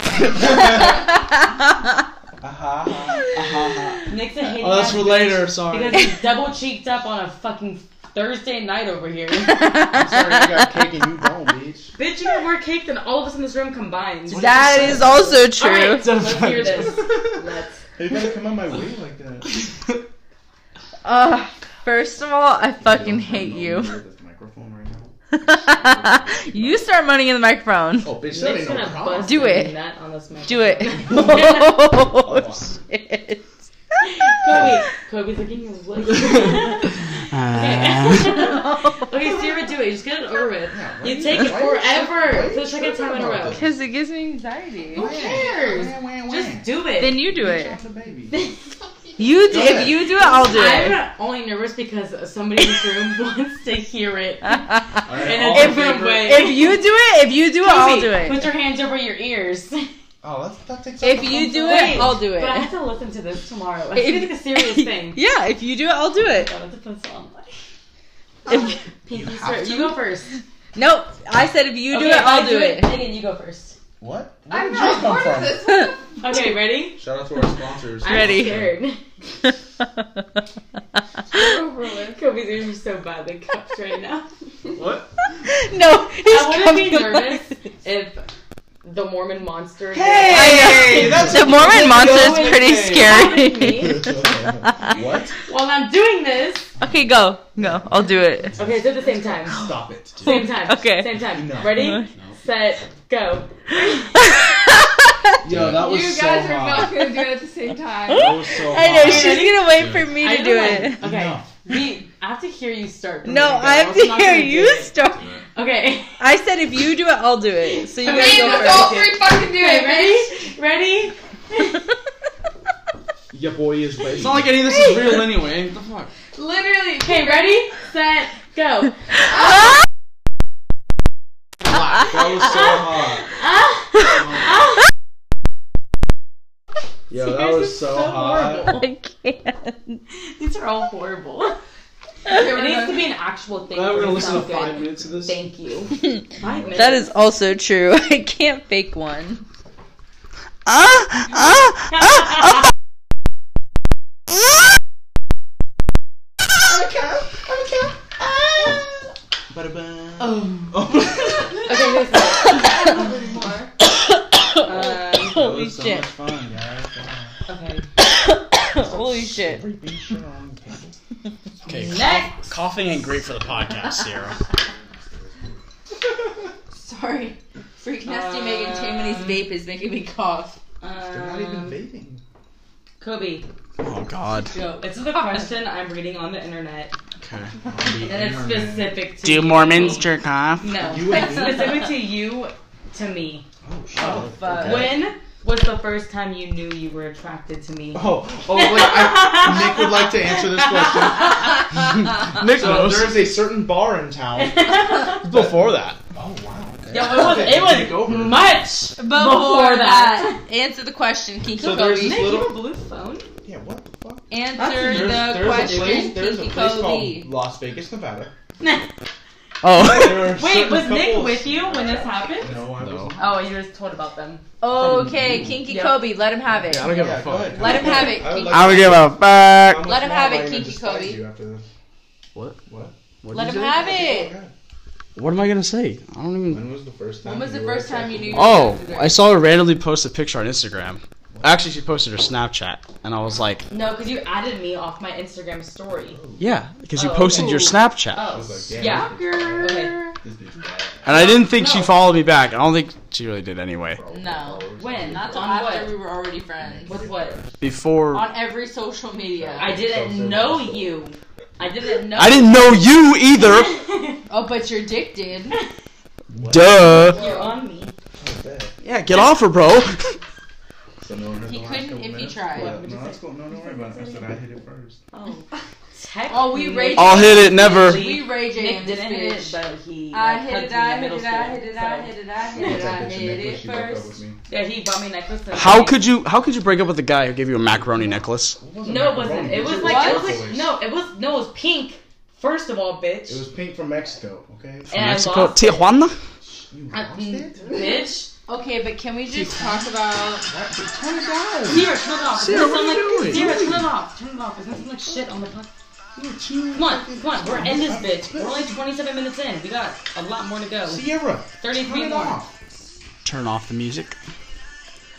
Uh-huh, uh-huh.
Nick's a hating
Oh, that's
ass
for
bitch
later. Sorry.
Because he's double cheeked up on a fucking Thursday night over here.
I'm sorry you got cake and you don't, bitch.
Bitch, you got more cake than all of us in this room combined.
That is also
All
true.
right, let's hear this. Let's.
Hey, You gotta come on my way like that.
Ugh, first of all, I fucking hate you.
This microphone right now.
you start money in the microphone.
Oh, bitch, that ain't
Nick's
no
gonna
problem.
bust
Do
a
it.
nut on this mic.
Do it.
Oh,
Shit.
Kobe. Kobe's looking his lips. okay, Sarah, do it. Just get it over with. You take it forever for the second time in a row.
Because it gives me anxiety.
Who cares? Just do it.
Then you do it.
the baby.
You do. If you do it, I'll do it.
I'm only nervous because somebody in this room wants to hear it in
All right, all
a
in
different
favor-
way.
Uh, If you do it, if you do it, I'll
Kobe,
do
Put
it.
your hands over your ears.
Oh, that's, that takes
If you do it, I'll do
But I
it.
have to listen to this tomorrow. It's
If-
like a serious thing.
Yeah, if you do it, I'll do it.
God, that's a fun song.
If,
Pinky swear- You go first.
nope, I said if you do
Okay,
it, I'll do it.
Megan, you go first.
What? Where
I'm
did you
not
come
part of
from?
this. What
Okay, ready?
Shout out to our sponsors.
I'm
Ready.
scared.
the over with?
Kobe's ears are so bad. They cupped right now.
What?
no, he's
I wouldn't be
coming
nervous if the more Mormon monster.
Hey, that's
The Mormon monster is pretty
Me?
scary.
what?
While I'm doing this.
okay, go. Go. I'll do it.
Okay, so at the same time.
Stop it.
Same time.
Okay.
Same time.
No.
Ready?
No.
Set. Go.
Yo, that was
you
so
guys are
hot.
not going to do it at the same time.
That was so
I know
hot.
she's gonna wait for me
I
to do
don't
it.
like- Okay.
Enough.
We, I have to hear you start.
No, I have to hear you start.
Okay.
I said if you do it, I'll do it. So you
Okay,
guys
Hey,
go
let's
first.
all
go
three fucking do
Okay,
it. bitch.
ready? Ready?
first.
Your boy is ready. It's not like any of this is real anyway. What the fuck?
Literally.
Okay, ready? Set. Go.
That was so hot.
Ah! ah.
Yo,
Yours
that was
is
so, hot.
Horrible.
I can't.
These are all horrible.
Okay,
It
we're
needs to
done.
be an actual thing.
Now we're
for it
gonna listen
sound
to
good.
five minutes of this.
Thank you. Five minutes.
That is also true. I can't fake one.
Uh,
Ah, ah, ah, ah.
Ba-da-ba.
Oh.
Oh.
Okay,
that was
who's next? Um,
Holy
so
shit.
much fun, guys. Wow.
okay.
Holy shit.
Okay,
Next.
coughing ain't great for the podcast, Sarah.
Sorry. Freak nasty
Um,
Megan Tammany's vape is making me cough.
Um,
vaping.
Kobe,
Oh God.
go. It's the question I'm reading on the internet,
Okay.
and it's specific to
Do
you.
Mormons jerk off?
No,
You and me?
specific to you, to me.
Oh shit.
fuck.
Okay.
When was the first time you knew you were attracted to me?
Oh, oh wait, I, Nick would like to answer this question.
Nick
So there is a certain bar in town.
Before that.
Oh wow. Okay.
Yeah, it was-
Okay,
it was
take over.
Much before,
Before
that.
that, answer the question, Kinky
So there's
Kobe.
this
Nick, you have a
little.
blue phone?
Yeah, what the fuck?
Answer the
there's, there's
question,
a place. There's a
Kinky
place
Kobe.
called Las Vegas, Nevada.
Oh.
There are
Wait,
certain
was Nick
couples-
with you when this happened?
No, I
No.
wasn't.
Oh, you were just told about them.
Okay, Kinky
Yep.
Kobe, let him have it.
Yeah, I don't give
Yeah,
a
go
fuck.
ahead.
Let him have it,
I would
Kinky.
like
I don't give
to-
a fuck.
I'm
Let him
not
have it,
lying, I
Kinky
despise
Kobe.
you after this.
What?
What?
What
Let
did
him
you say?
have
Oh,
it.
God.
What am I gonna say? I don't even.
When was the first time?
When was the
you were
first time you
attracted
knew
to me?
you
Oh, I saw her randomly post a picture on Instagram. Actually, she posted her Snapchat, and I was like,
No, because you added me off my Instagram story.
"Yeah," because you
Oh,
posted your
okay.
Snapchat,
I
Oh,
was like,
yeah.
damn.
Okay.
This bitch bad.
and I didn't think she
No.
followed me back. I don't think she really did anyway.
No.
When?
Not till
On
after
what?
we were already friends.
With what?
Before
On every social media.
I didn't know you. I didn't know.
I didn't know you either.
Oh, but your dick did.
Duh.
You're on me.
Not bad.
Yeah, get off her, bro.
So no one heard
He
the last
couldn't
couple
if he
minutes?
tried.
Yeah,
What would you
no,
say?
that's cool. No, don't worry about it. I said I hit it first.
Oh. Tech-
Oh, we raged.
I'll hit it never.
We Ray J
Nick
in this
didn't hit it,
bitch.
but he.
I
like,
hit
hugged
it,
me in
I hit
middle
it, I
school,
hit it,
so-
I hit it, I hit it, I
Contact picture,
hit
Nick,
it
she broke up with
first.
me.
Yeah, he bought me necklace. and-
How could you? How could you break up with a guy who gave you a macaroni
It
necklace?
wasn't
No, it
macaroni,
wasn't. It was
were
like it was
waffles.
like no, it was no, it was pink. First of all, bitch.
It was pink from Mexico, okay?
and I
Mexico,
lost it.
Tijuana.
You
I-
lost
mm,
it?
bitch.
Okay, but can we just talk about
That bitch- Turn it down.
Here, turn it off.
Sarah, what are you
It's
doing?
gonna sound like- Sarah, turn it off. Turn it off. It's gonna sound like shit on the podcast.
You're too-
Come on, come on. We're in this bitch. We're only 27 minutes in. We got a lot more to go.
Sierra,
33
turn it
more.
off.
Turn off the music.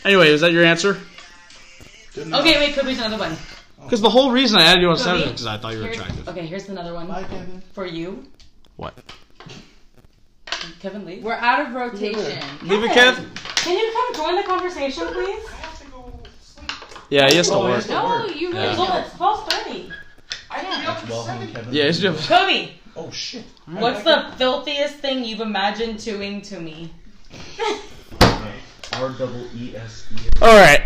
Anyway, was that your answer?
Good enough.
Okay, wait. Kobe's another one.
Because the whole reason I added you on
Kobe,
Snapchat is because I thought you were
Here's-
attractive.
Okay, here's another
Bye,
one
Kevin.
for you,
What?
Kevin Lee.
we're out of rotation.
Leave it, Kev.
Can you come join the conversation, please?
Yeah, he has to
Oh,
work.
yes.
No, you really
Yeah.
Well, it's 12:30.
Well done, Kevin.
Yeah, it's just.
Kobe,
Oh shit.
what's the filthiest thing you've imagined doing to me?
R double E S E
All right,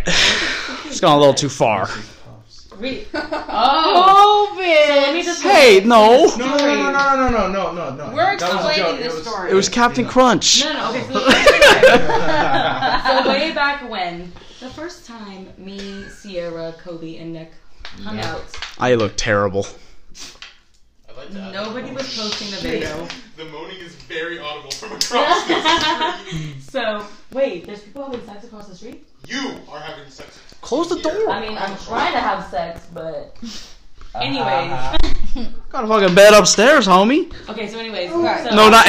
it's gone a little too far.
puffs.
Re-
don't.
oh, so let me just.
Hey, no,
No, no, no, no, no, no, no, no, no.
We're
That was a
explaining
joke.
the
It was-
story.
it was Captain Crunch.
No, no. Okay, so let me just So way back when, the first time me, Sierra, Kobe, and Nick hung out,
I look terrible.
nobody was posting the video.
The moaning is very audible from across the street.
so wait, there's people having sex across the street.
You are having sex.
Close the door.
I mean, I'm trying to have sex, but uh-huh. anyways.
Got a fucking bed upstairs, homie.
okay, so anyways,
Okay.
so
No, not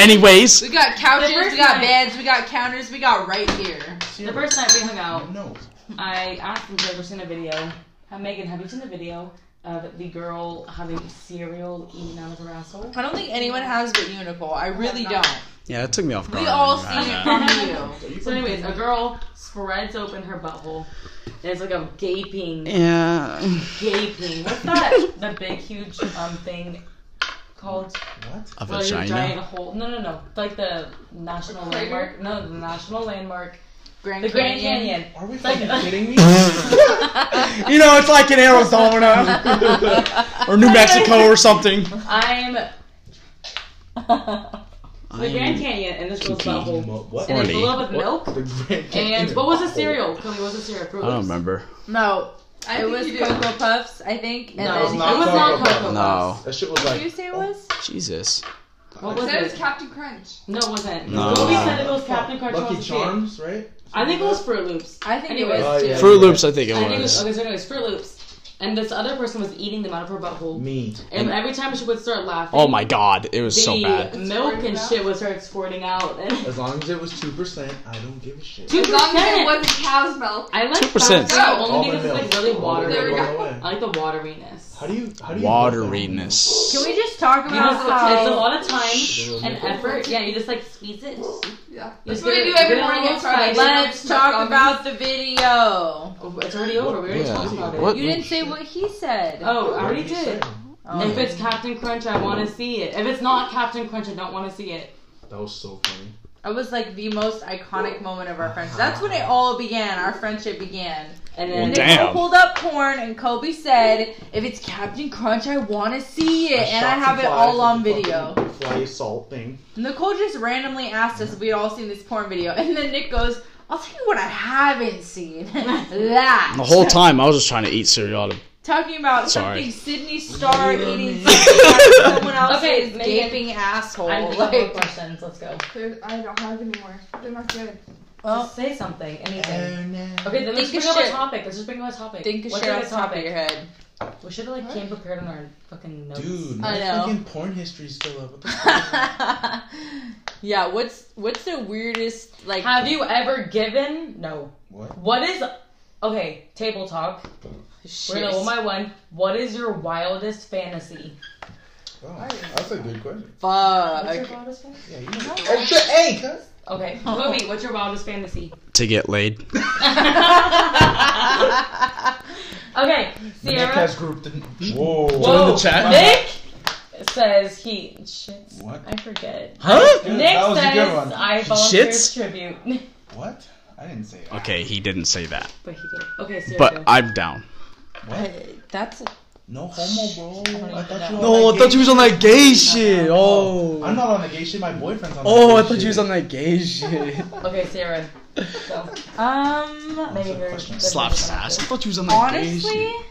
anyways.
We got couches,
The first
we got
night-
beds, we got counters, we got right here.
The
Sheila.
first night we hung out,
No.
I asked him if he'd ever seen a video. Uh, Megan, have you seen the video of the girl having cereal eaten out of her asshole?
I don't think anyone has but you, Nicole. I really don't.
Yeah, it took me off guard.
We all
Right.
seen it from you.
So, anyways, a girl spreads open her butthole. And it's like a gaping,
Yeah.
gaping. What's that? the big, huge um thing called?
A
Well, your giant
vagina.
hole. No, no, no. Like the national
Crater?
landmark. No, the national landmark.
Grand
The Grand Canyon.
Are we
like-
fucking kidding me?
you know, it's like in Arizona or New Mexico or something.
I'm the Grand
I'm-
Canyon, and this girl's
Mo-
butthole.
what?
And it's
Horny.
filled with milk.
The Grand
And
Canyon
what was the
butthole.
cereal? Cody, what was the cereal? Fruit
I don't
Loops.
remember.
No,
I
it
think
was
you do.
Cocoa Puffs, I think. And
No,
That
it
was
was
then
not
not
Cocoa
Cocoa
No.
Puffs.
That shit was
what did you
like. oh.
say it was?
Jesus.
What
So
was
it was
it?
Captain Crunch.
No, it wasn't.
No.
Cody said it was Captain Crunch.
Lucky
was a cereal.
Charms, right?
I think it was Fruit Loops.
I think
Anyways.
it
Oh,
was too.
yeah.
Fruit Loops, I think it
I think it was,
was.
okay, so anyways, Fruit Loops. And this other person was eating them out of her butthole.
Me.
And every time she would start laughing,
Oh my god, it
the
was so bad.
milk and shit would start squirting out. And
As long as it was two percent, I don't give a shit.
two
As long as it
percent.
wasn't cow's milk.
I like
2%.
Fanta
All
only
the
because
milk.
it's like really
All the
There we
watery.
milk
go.
went
I
away.
like the wateriness.
How do you? How do you?
Can
Wateriness.
we just talk
You know,
about
it's a- it's a
how?
lot of time and
And
effort. Yeah, you just like squeeze it. Just,
Yeah.
you
That's
just
what we
get
do
it-
every
get it
morning.
all
It's our
excited.
Let's talk about the video.
Oh, It's already over. We already
Yeah.
talked about it.
What?
You didn't say what he said.
Oh, I already did. If it's Captain Crunch, I want to see it. If it's not Captain Crunch, I don't want to see it.
That was so funny.
It was like the most iconic moment of our friendship. That's when it all began. Our friendship began.
And
Well,
then
Oh, damn.
Nicole pulled up porn, and Kobe said, "If it's Captain Crunch, I want to see it, and I
shot
have
some
it all
flies
on
with the
video."
fucking Fly salt thing.
Nicole just randomly asked us if we'd all seen this porn video, and then Nick goes, "I'll tell you what I haven't seen. that
The whole time I was just trying to eat cereal out of
talking about
Sorry.
something Sydney Star eating something out of someone else's
Okay, Megan.
gaping asshole.
I have
Like,
more questions. Let's go.
There's, I don't have any more. They're not good.
well,
Say something. Anything.
no.
Okay, then let's
Think
bring
of
up a
shit.
topic. Let's just bring up a topic.
think of
What's
shit
a
off
good
the top of your head.
We should have like came prepared on our fucking notes. Uh,
Dude,
I
my
know.
fucking porn history's still up. What the fuck?
yeah, what's what's the weirdest like?
Have you ever given? No.
What?
What is? Okay, table talk.
shit?
We're gonna one by one. What is your wildest fantasy?
Oh, that's a good question.
What's your
Fuck.
wildest fantasy?
Yeah, you know. Oh, shit, hey, cuz.
Okay, Kobe, what's your wildest fantasy?
to get laid.
okay,
Nick
Sierra.
has grouped in. Whoa.
Whoa,
the chat.
Nick says he shits.
What?
I forget.
Huh?
Dude,
Nick
that was a good
says
one.
I volunteer
shits?
tribute,
What? I didn't say that.
Okay, he didn't say that.
but he did. Okay, Sierra.
But
go.
I'm down.
What?
That's
No homo, bro. I thought you were
No,
on that
I thought
gay
you was on that gay shit.
Oh, I'm
Oh.
not on the gay shit. My boyfriend's on.
Oh,
the
I
gay
thought
shit.
you was on that gay shit.
okay, Sierra. So
um.
maybe
Good
you're
question.
Slaps ass. I thought you was on that gay
Honestly,
shit.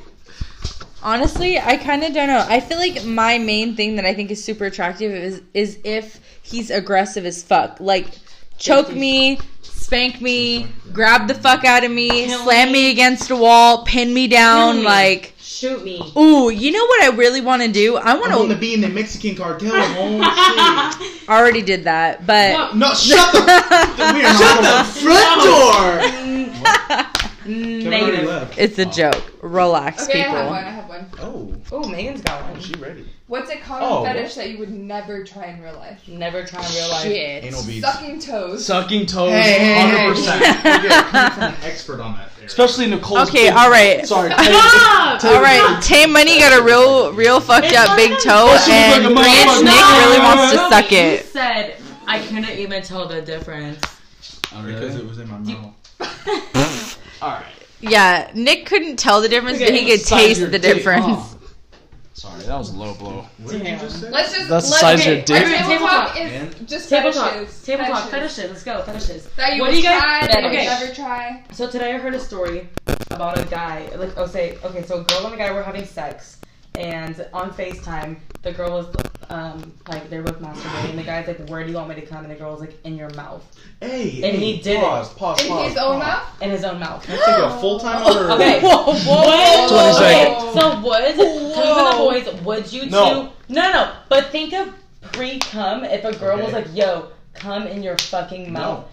honestly, I kind of don't know. I feel like my main thing that I think is super attractive is is if he's aggressive as fuck, like choke me. Spank me, grab the fuck out of me,
Kill
slam me against a wall, pin me down.
Kill me.
Like,
Shoot me.
ooh, you know what I really want to do? I
I want
want
to
to.
be in the Mexican cartel. Oh
Already did that, but
No.
shit! No, shut the. we are shut the front door. Kevin already
Negative.
left.
It's a joke. Relax,
Okay, I
people.
have one. I have one.
Oh,
Oh, Megan's got one.
she ready?
What's a common
Oh.
fetish that you would never try in real life?
Never try in real life.
Shit.
Anal beads.
Sucking toes.
Sucking toes,
Hey, hey, hey.
100%.
Okay, coming from an expert on that. Area.
Especially Nicole's.
Okay,
big-
all right.
Sorry.
All right, Tay Money got a real, real fucked up big toe,
She's
and
like a
Branch
motherfucker.
Nick really wants to
Kobe,
suck
You
it.
said I couldn't even tell the difference.
Uh, Because it was in my mouth.
All right.
Yeah, Nick couldn't tell the difference, but he could
Size
taste
your
the
dick,
difference.
huh? Sorry, that was a low blow.
What did you just say?
Let's just.
That's the
let's,
size of
okay,
your dick.
Our table
Table
talk
talk.
is just
Table
fetishes.
talk. Table talk.
Fetishes.
Fetishes. Let's go. Fetishes.
That you
What
would
do you guys-
try that you would
Okay.
never try.
So today I heard a story about a guy. Like, oh, say, okay, so a girl and a guy were having sex, and on FaceTime, the girl was um like they're both masturbating, and the guy's like, "Where do you want me to come?" And the girl's like, "In your mouth,"
Hey,
And
hey,
he did it.
pause, Pause,
In
pause,
his own
pause.
mouth?
in his own mouth.
Can I take a full time order?
Okay.
Whoa, whoa.
What?
Twenty
Okay,
seconds.
so would
Whoa.
come for the boys? Would you
No.
two? No, no, no. But think of pre cum if a girl was like, "Yo, come in your fucking mouth."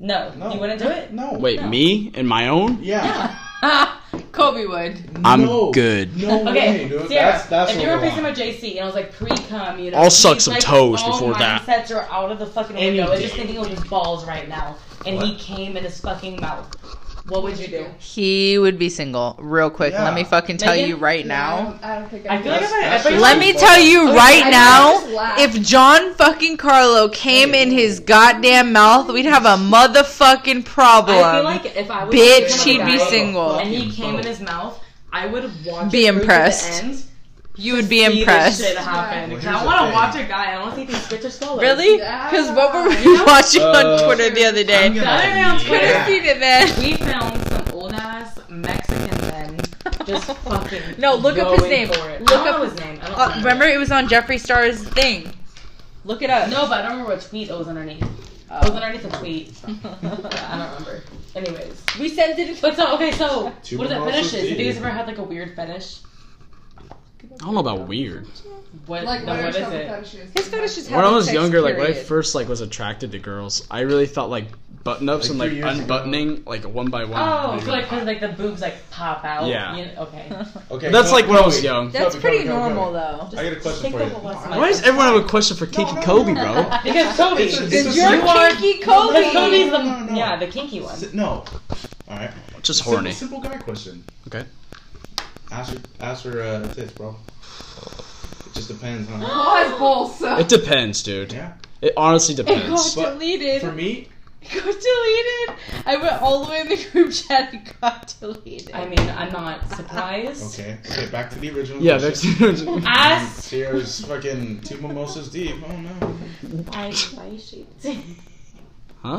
No.
No.
You wouldn't do it?
No.
Wait, me and my own?
Yeah.
Kobe would.
I'm
no.
good.
No
Okay,
way, dude.
Sierra,
that's that's
if
what
you were
we
facing
want.
with JC and I was like pre cum, you know,
I'll suck
he's
some
like,
toes
all
before that.
Mindsets are out of the fucking
Any
window. I'm just
day.
thinking of his balls right now, and he came in his fucking mouth. What would you do?
He would be single real quick.
Yeah.
Let me fucking tell
Megan?
you right
I
now.
don't, I don't think
I
I'm
feel like
That's-
if I,
that's
if I
just-
Let me tell you right
I
now.
just laugh.
If John fucking Carlo came in his goddamn mouth, we'd have a motherfucking problem.
I feel like if I was
Bitch,
with
she'd
a
be
guy
single.
and he came in his mouth, I would watch.
Be
it through to
impressed.
The end,
you would be
see this
impressed.
shit happen.
Well,
'Cause
here's
I
the
want
thing.
to watch a guy. I want to see if he spits or swallows.
Really? Because what were we watching on
Uh,
Twitter the other day?
I'm gonna-
The other day on Twitter,
Yeah.
seen it, man.
We found some old ass Mexican men just fucking.
No, look up his
going
name.
for it.
Look
I don't
up-
know his name. I don't
Uh, remember,
remember.
it was on Jeffree Star's thing. Look it up.
No, but I don't remember what tweet it was underneath. It was underneath a tweet. I don't remember. Anyways,
we sent it.
but so okay, so
Two
what are the
mimosas
fetishes? Have you guys
deep.
ever had like a weird fetish?
I don't know about weird.
What?
Like,
no,
what are
what is
some
it?
fetishes?
His fetish is
When I
having
was
sex,
younger, like when I
period.
first like was attracted to girls, I really thought like button
Like
ups and like
three years ago.
unbuttoning like one by one.
Oh,
Maybe.
so like because like the boobs like pop out.
Yeah.
You know- okay.
Okay,
That's
Kobe,
like when I was
Kobe.
young.
That's
Kobe,
pretty
Kobe, Kobe,
normal,
Kobe.
though.
I got a question
Take
for
the whole
you.
last
Why does everyone have a question for
no,
Kinky
no,
Kobe,
no,
bro?
Because Kobe.
It's a-
Because
it's a
You're
simple-
kinky
no, no,
Kobe's
Kobe.
no,
the
no, no.
yeah the kinky one.
Si- No. All right.
Just horny.
Simple, simple guy question.
Okay.
Ask her, ask her uh, tits, bro. It just depends, huh?
Paul has balls, so.
It depends, dude.
Yeah.
It honestly
It got
depends.
But
deleted.
For me,
It got deleted. I went all the way in the group chat and got deleted.
I mean, I'm not surprised.
okay. Okay, back to the original.
Yeah,
question.
that's
Ass.
Sierra's fucking two mimosas deep. Oh no.
I, why is she?
Huh?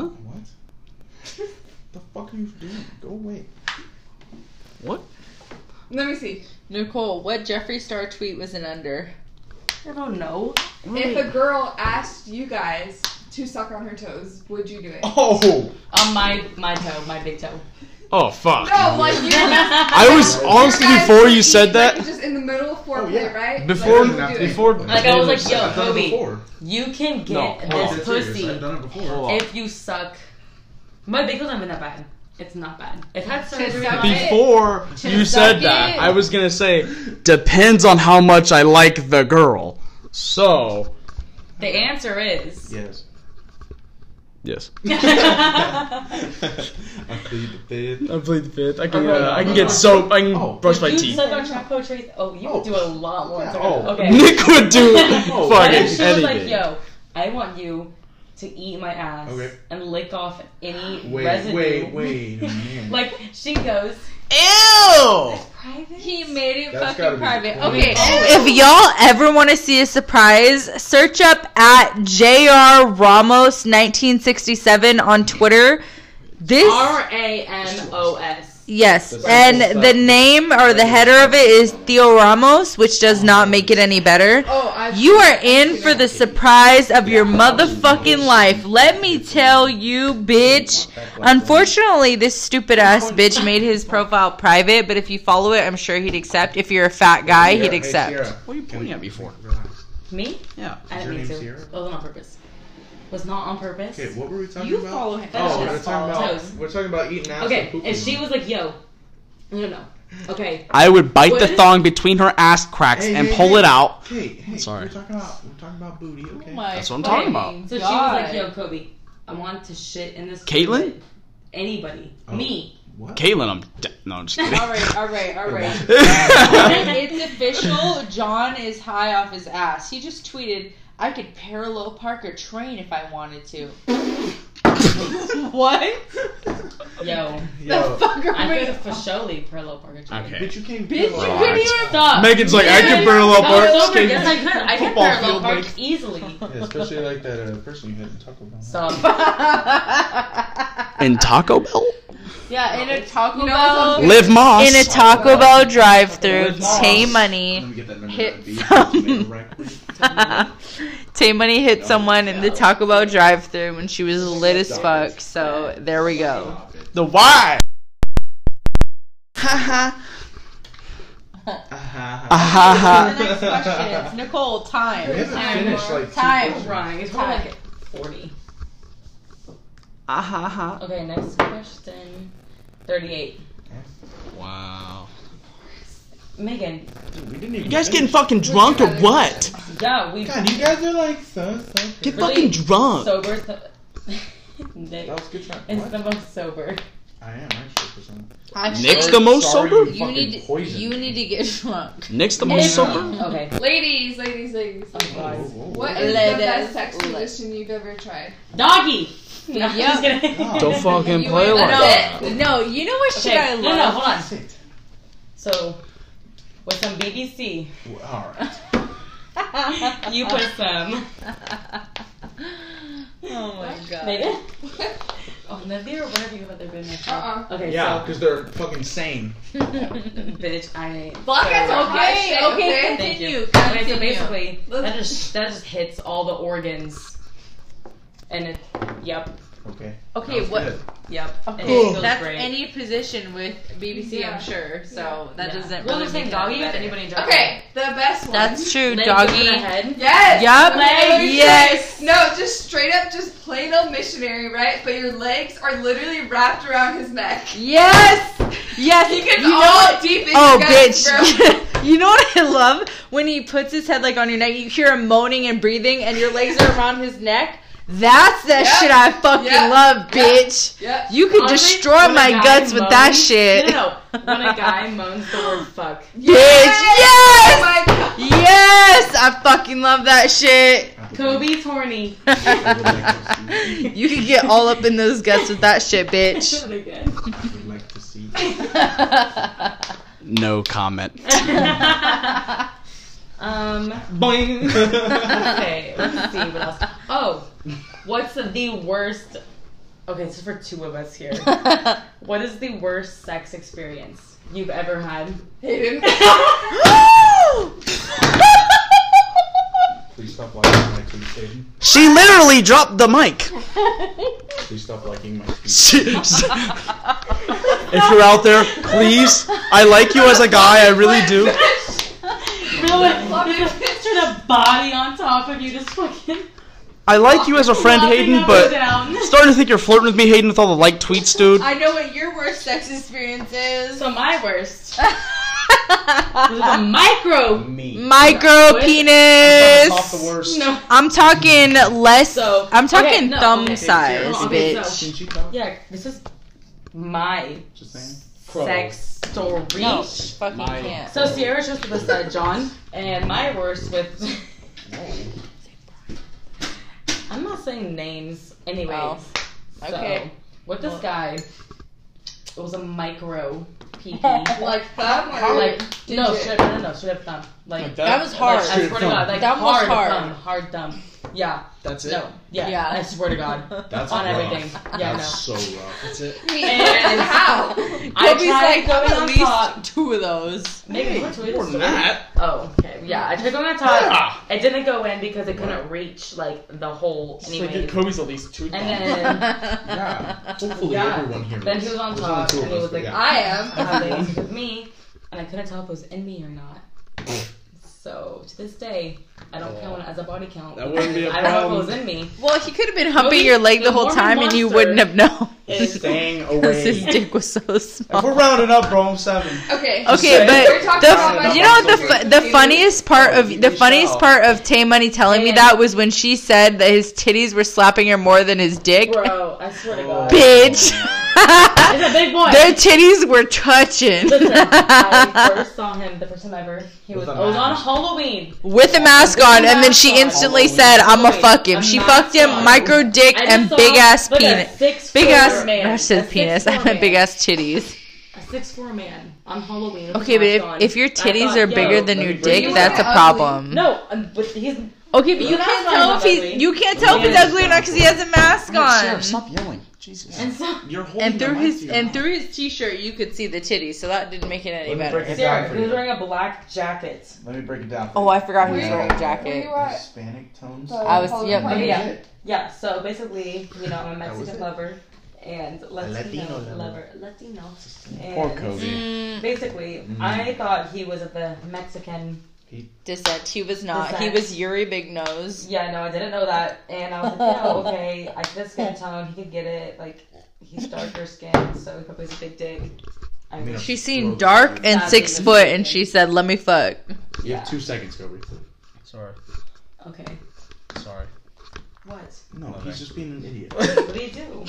What? the fuck are you doing? Go away.
What?
Let me see.
Nicole, what Jeffree Star tweet was an under?
I don't know.
If
Mm.
a girl asked you guys to suck on her toes, would you do it?
Oh.
On Um, my my toe, my big toe.
Oh fuck.
No, like you
I was honestly before you said
Like,
that.
just in the middle of foreplay,
Oh, yeah.
right?
Before,
Like, you do it.
before.
Like I was like, yo,
I've done it
Kobe,
before.
you can get
No, hold
Oh,
this
on.
dead serious,
pussy
I've done it before.
Hold on.
if you suck. My big toe's not even that bad. It's not bad. It's had surgery.
suck
on it.
Before you said that, I was gonna say depends on how much I like the girl. So
The answer is.
Yes.
yes,
I plead the fifth.
I played the fifth. I can.
Oh, no,
Uh, I
no,
can
no.
get soap. I can
Oh.
brush my
you
teeth.
suck on Choco Trace. Oh, you
Oh.
do a lot more.
Yeah,
than-
oh.
Okay.
Nick would do
Oh.
What if
fucking
she was like,
anything.
yo, I want you to eat my ass
Okay.
and lick off any
Wait,
residue.
wait, wait a minute.
Like she goes,
Ew.
private.
He made it
That's gotta
fucking
be
private.
cool.
Okay.
Oh.
If y'all ever want to see a surprise, search up at JR Ramos 1967 on Twitter. This
R A M O S.
yes,
That's
and
awesome.
the name or the header of it is Theo Ramos, which does not make it any better.
Oh, I.
You are in for the surprise of your motherfucking life. Let me tell you, bitch. Unfortunately, this stupid ass bitch made his profile private, but if you follow it, I'm sure he'd accept. If you're a fat guy, he'd
Sierra, Hey,
accept.
Sierra.
What are you pointing at me for?
Relax.
Me?
Yeah.
I
Is your
didn't mean
name
to.
Sierra?
It wasn't on purpose. Was not on purpose.
Okay, what were we talking
You
about?
follow him.
Oh,
That's
we're
just
talking
follow
about
toes.
we're talking about eating ass
Okay,
and pooping.
and she was like, yo, no, no, no. Okay,
I would bite the
What?
thong between her ass cracks
Hey,
and
hey,
pull
hey.
it out.
Hey, hey,
Sorry.
we're talking about we're talking about booty, okay?
Oh
That's what I'm talking about.
so she was like, yo, Kobe, I want to shit in this.
Caitlyn?
toilet. Anybody.
Oh.
Me.
What?
Caitlin, I'm de- no, I'm just kidding.
All right, all right, all right.
right.
it's official. John is high off his ass. He just tweeted, "I could parallel park a train if I wanted to." what?
Yo,
Yo,
I could have for surely parallel parking.
okay.
bitch, you can't. feel
Bitch, you
like-
couldn't even.
Stop.
Megan's like, I can burn a
no,
little
no, it's
parts.
over. Yes, I could. I could
Football
parallel
field,
park
like-
easily.
Yeah, especially like that uh, person you had in Taco Bell.
Stop.
In Taco Bell?
yeah, in a Taco
You know,
Bell.
Live Moss.
in a Taco Bell drive-through,
Moss.
Tay
Let
Money.
me get that number.
Hit
that beat.
some.
Right quick.
Tay Money hit someone in the Taco Bell drive-through and she was lit as fuck. So there we go.
Stop it.
The why?
Ah,
Ha ha.
next question. It's
Nicole.
We
Time.
haven't finished like two
Time.
questions.
Wrong. It's probably like 40.
Ah ha ha.
Okay, next question. 38.
Wow.
Megan.
Dude, we didn't even
You guys getting
finish.
fucking drunk or what?
Yeah, we
God, you guys are like so so.
Get
Good.
fucking drunk.
sober. So- Nick
That was a good shot.
is
What?
the most sober.
I am actually for some.
Nick's the most
Sorry,
sober?
You
fucking
need
poisoned
you
me.
need to get drunk.
Nick's the most
Yeah.
sober.
Okay.
Ladies, ladies, ladies.
Oh,
Whoa,
God.
whoa, whoa.
What is
Let
the best
us-
sex
let-
position you've ever tried?
Doggy! No, I'm just kidding.
No.
Don't fucking
You
play
ain't
like
no.
that.
No, no, you know what shit
Okay,
I love?
no, no, hold on.
Sit.
So, with some BBC,
Well, All right.
you put some.
Oh my god.
Megan? Oh, Nadir, or whatever you have their business.
Uh-uh.
Okay,
Yeah, because they're fucking sane.
so, bitch, I.
Black eyes are hot
Okay,
shit,
okay,
Thank
continue.
you. Okay, so
continue.
basically, that just that just hits all the organs, and it, yep,
Okay.
Okay,
That's
what-
good.
yep. and it
course.
feels
That's
great.
any position with BBC,
Yeah.
I'm sure. So
Yeah.
that doesn't
Well,
really
I'm saying
make it
doggy. If
better.
anybody enjoys
Okay, the best one.
That's true,
Leg over the
doggy.
head.
Yes.
Yup.
Legs.
Yes.
No, just straight up, just plain old missionary, right? But your legs are literally wrapped around his neck.
Yes. Yes.
He gets
you know
all deep in
Oh,
your guts, bro.
bitch. you know what I love? When he puts his head like on your neck, you hear him moaning and breathing, and your legs are around his neck. That's that
Yep.
shit I fucking
Yep.
love,
Yep.
bitch.
Yep.
You could
Honestly,
destroy
when a
my
guy
guts with that
moans-
shit.
No, no, no. when a guy moans the word fuck,
Bitch,
Oh
yes!
my god.
Yes! I fucking love that shit.
Kobe's horny.
you could get all up in those guts with that shit, bitch.
Do it again.
I would like to see.
No comment.
um.
Boing.
Okay. Let's see what else. Oh, what's the worst? Okay, this is for two of us here. What is the worst sex experience you've ever had?
Hayden.
Please stop liking my tweets, Hayden.
She literally dropped the mic.
Please stop liking my tweets.
She- she- if you're out there, please. I like you as a guy. I really do.
Really? There's a picture of the body on top of you, just fucking.
I like you as a friend,
flopping
Hayden,
up and
but
down.
starting to think you're flirting with me, Hayden, with all the like tweets, dude.
I know what your worst sex experience is.
So my worst was a micro.
Me.
Micro
Off the
penis.
worst.
No.
I'm talking less.
So-
I'm talking
okay, no,
thumb
okay.
size,
Okay,
bitch.
so-
Didn't she talk?
Yeah, this is my
Just saying.
sex story.
No, she fucking
My-
can't.
So Sierra's just with us, uh, John, and my worst with. I'm not saying names, anyways.
Oh, okay.
So, with this guy, it was a micro pee
Like thumb or
like no,
Did you-
straight no, no, straight up thumb. Like
That was hard.
Like, I swear to God, like
Thumb was
hard,
hard.
thumb, hard thumb. Yeah,
That's
no, yeah,
Yeah.
I swear to God,
That's
on
rough.
everything. Yeah, no.
That's so rough.
That's it.
And
how?
I
Kobe's
tried
like,
going
I'm
on
at least
top.
two of those.
Maybe more tweets.
More than that.
Oh, okay. Yeah, I tried going on top. It didn't go in because it couldn't reach like the hole.
Just like
Anyway,
get Kobe's at least two.
and then
yeah. Hopefully
Yeah.
everyone here.
then he was on
There's only
top
two
and
of
he
us,
was
but
like,
yeah.
I am.
how they took with me, and I couldn't tell if it was in me or not. So to this day, I don't count it as a body count.
That wouldn't be a
I don't know if it
problem.
was in me.
Well, he could have been humping
Kobe,
your leg the
the
whole
Mormon
time, and you
monster.
wouldn't have known
Is-
Staying
because his
away.
dick was so
If
small.
we're rounding up, bro, I'm seven.
Okay,
Okay.
Just saying.
We're
but
talking
the
about
f-
my
you know what the
sister's
fu- the
baby.
funniest part of
you
the
can
funny
shout.
part of Tay Money telling me
Yeah.
that was when she said that his titties were slapping her more than his dick.
Bro, I swear to God. It's
Bitch,
a big boy.
their titties were touching
Listen, I first saw him the first time ever. He was,
With
it
a
was on
mask.
Halloween.
with a mask
With a
on, and then
mask
she
on.
instantly
Halloween.
said, "I'ma
Wait,
fuck him."
a
She
mask
fucked him,
on.
micro dick,
I just
and
saw,
big ass
like, a
penis.
6'4"
Big ass,
man.
I said
A
penis.
6'4"
I meant
man.
big ass titties.
A six four man on Halloween. with
Okay,
a
but
mask
if,
on.
if your
I
titties
thought,
are
yo,
bigger than
let
your
me bring
dick,
you
that's a
up.
problem.
no, um, but he's
Okay, but you
That's
can't
why
tell
he's
if he's
ugly.
you can't tell if he's
Yeah.
ugly or not because he has a mask on.
yelling. Jesus.
and so
You're holding
And
the
through
mic
his
to your
and
mouth.
through his t-shirt, you could see the titties, so that didn't make it any
Let me break
better.
it
Sarah,
down for
he was
you.
wearing a black jacket.
Let me break it down. For
Oh, I forgot he was
Were
wearing a
you- were
jacket.
you at
Hispanic tones.
the
I was-
Halloween
yep.
party?
Okay, yeah.
Shit.
Yeah, so basically, you know, I'm a
That was
Mexican
it.
lover and Latino,
Latino
lover.
lover.
Latino.
Poor
And
Kobe.
Mm,
Mm-hmm.
Basically, I thought he was the Mexican
Dissent. He was not. He
Dissent.
was Yuri Big Nose.
Yeah, no, I didn't know that, and I was like, yeah, okay, I just gonna tell him he could get it. Like, he's darker skinned, so he probably has a big dick. I mean,
She seen dark and
That's
six
even-
foot, and she said, "Let me fuck."
You have two seconds, Kobe.
Sorry.
okay,
Sorry.
what?
No,
Okay.
he's just being an idiot.
What do you do?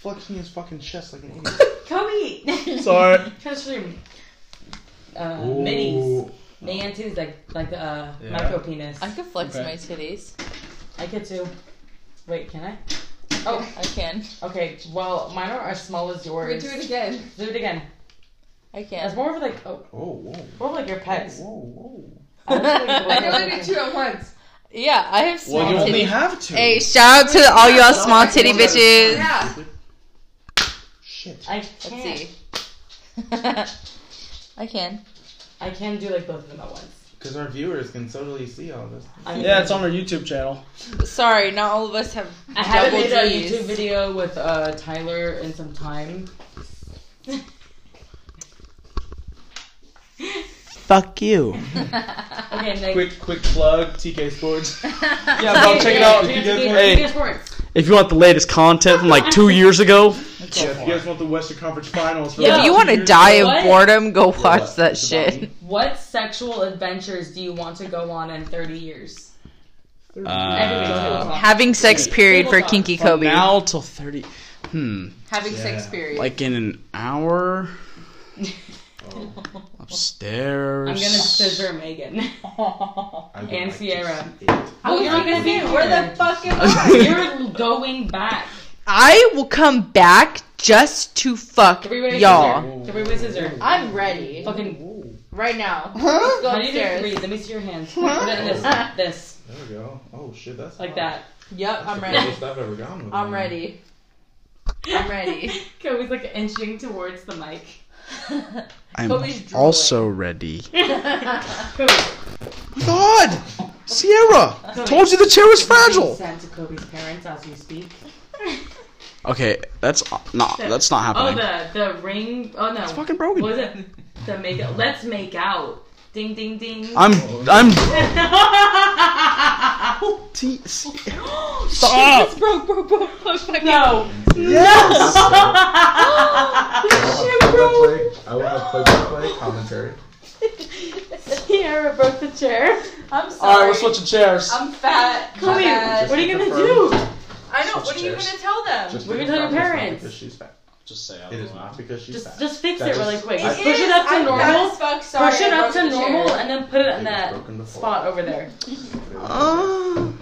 Flexing his fucking chest like an idiot.
Kobe.
Sorry.
Trying to stream. Uh, minis. Man, too, like like uh,
Yeah.
micro penis.
I could flex
Okay.
my titties.
I could too. Wait, can I?
Oh, I can.
Okay, well, mine are as small as
Wait,
yours.
do it again.
Do it again.
I
It's
can.
more of like oh,
Oh, whoa.
more of like your pecs.
Whoa, whoa.
I
I can only do two at once.
Yeah, I have small
Well, you only
titties.
have two.
Hey, shout out to all y'all small titty bitches.
Yeah.
Shit.
I
Let's
can't.
see. I can.
I can do like both of them at once.
Because our viewers can totally see all this.
I
Yeah, it's on our YouTube channel.
Sorry, not all of us have
I haven't
double
made a
Ds.
YouTube video with uh, Tyler in some time.
Fuck you.
Okay, next.
Quick, quick plug, TK Sports.
Yeah, bro, check it out. If you guys want, hey, if you want the latest content from like two years ago,
Yeah, if you guys want the Western Conference Finals, for
Yeah.
If you want to
years
die of
What?
boredom, go
Yeah,
watch that
it's about
shit.
me.
What sexual adventures do you want to go on in 30 years?
Uh,
Having sex period for
Table talk.
kinky
from
Kobe.
now till thirty. Hmm,
Having sex period.
like in an hour.
Oh,
Upstairs.
I'm gonna scissor Megan.
I would
And
to
Sierra.
see it.
Oh, you're not gonna be Where the fuck am I? You're going back.
I will come back just to fuck
Three way
y'all.
scissor. Three way scissor.
I'm ready
Fucking.
right now. Let's
How
go
do you do
upstairs.
three? Let me see your hands. Put it in this, this,
There we go. Oh shit, that's
like
hot.
that.
Yep,
That's
I'm
the
ready.
furthest I've ever gone with
I'm
one.
ready. I'm ready.
Kobe's like inching towards the mic.
I'm
Kobe's drooling.
also ready.
Kobe.
God, Sierra, told you the chair was fragile.
Sent to Kobe's parents as we speak.
Okay, that's not that's not
Oh,
happening.
the the ring. Oh no.
it's fucking broken.
Was it the make out? Let's make out. Ding ding ding.
I'm I'm
no.
T- S- stop.
Bro, bro, bro, fuck my
Yes.
I will have play by play commentary.
Sierra broke the chair.
I'm
All right,
sorry.
we're switching chairs.
I'm fat.
Kobe,
Bad.
what are you gonna
confirm.
do?
I know. What are you
Chairs.
gonna tell them?
Just
We're
to
gonna tell your
confirm, it's not
parents.
Because she's fat.
Just say
It is not because she's
Just
fat.
just fix
That
it really
just-
quick.
I-
Push it up to
I'm
normal.
fat as fuck. Sorry,
Push it
I
up
broke
to
the chair.
normal and then put it
It
in
was
that
broken before.
spot over there.
Oh.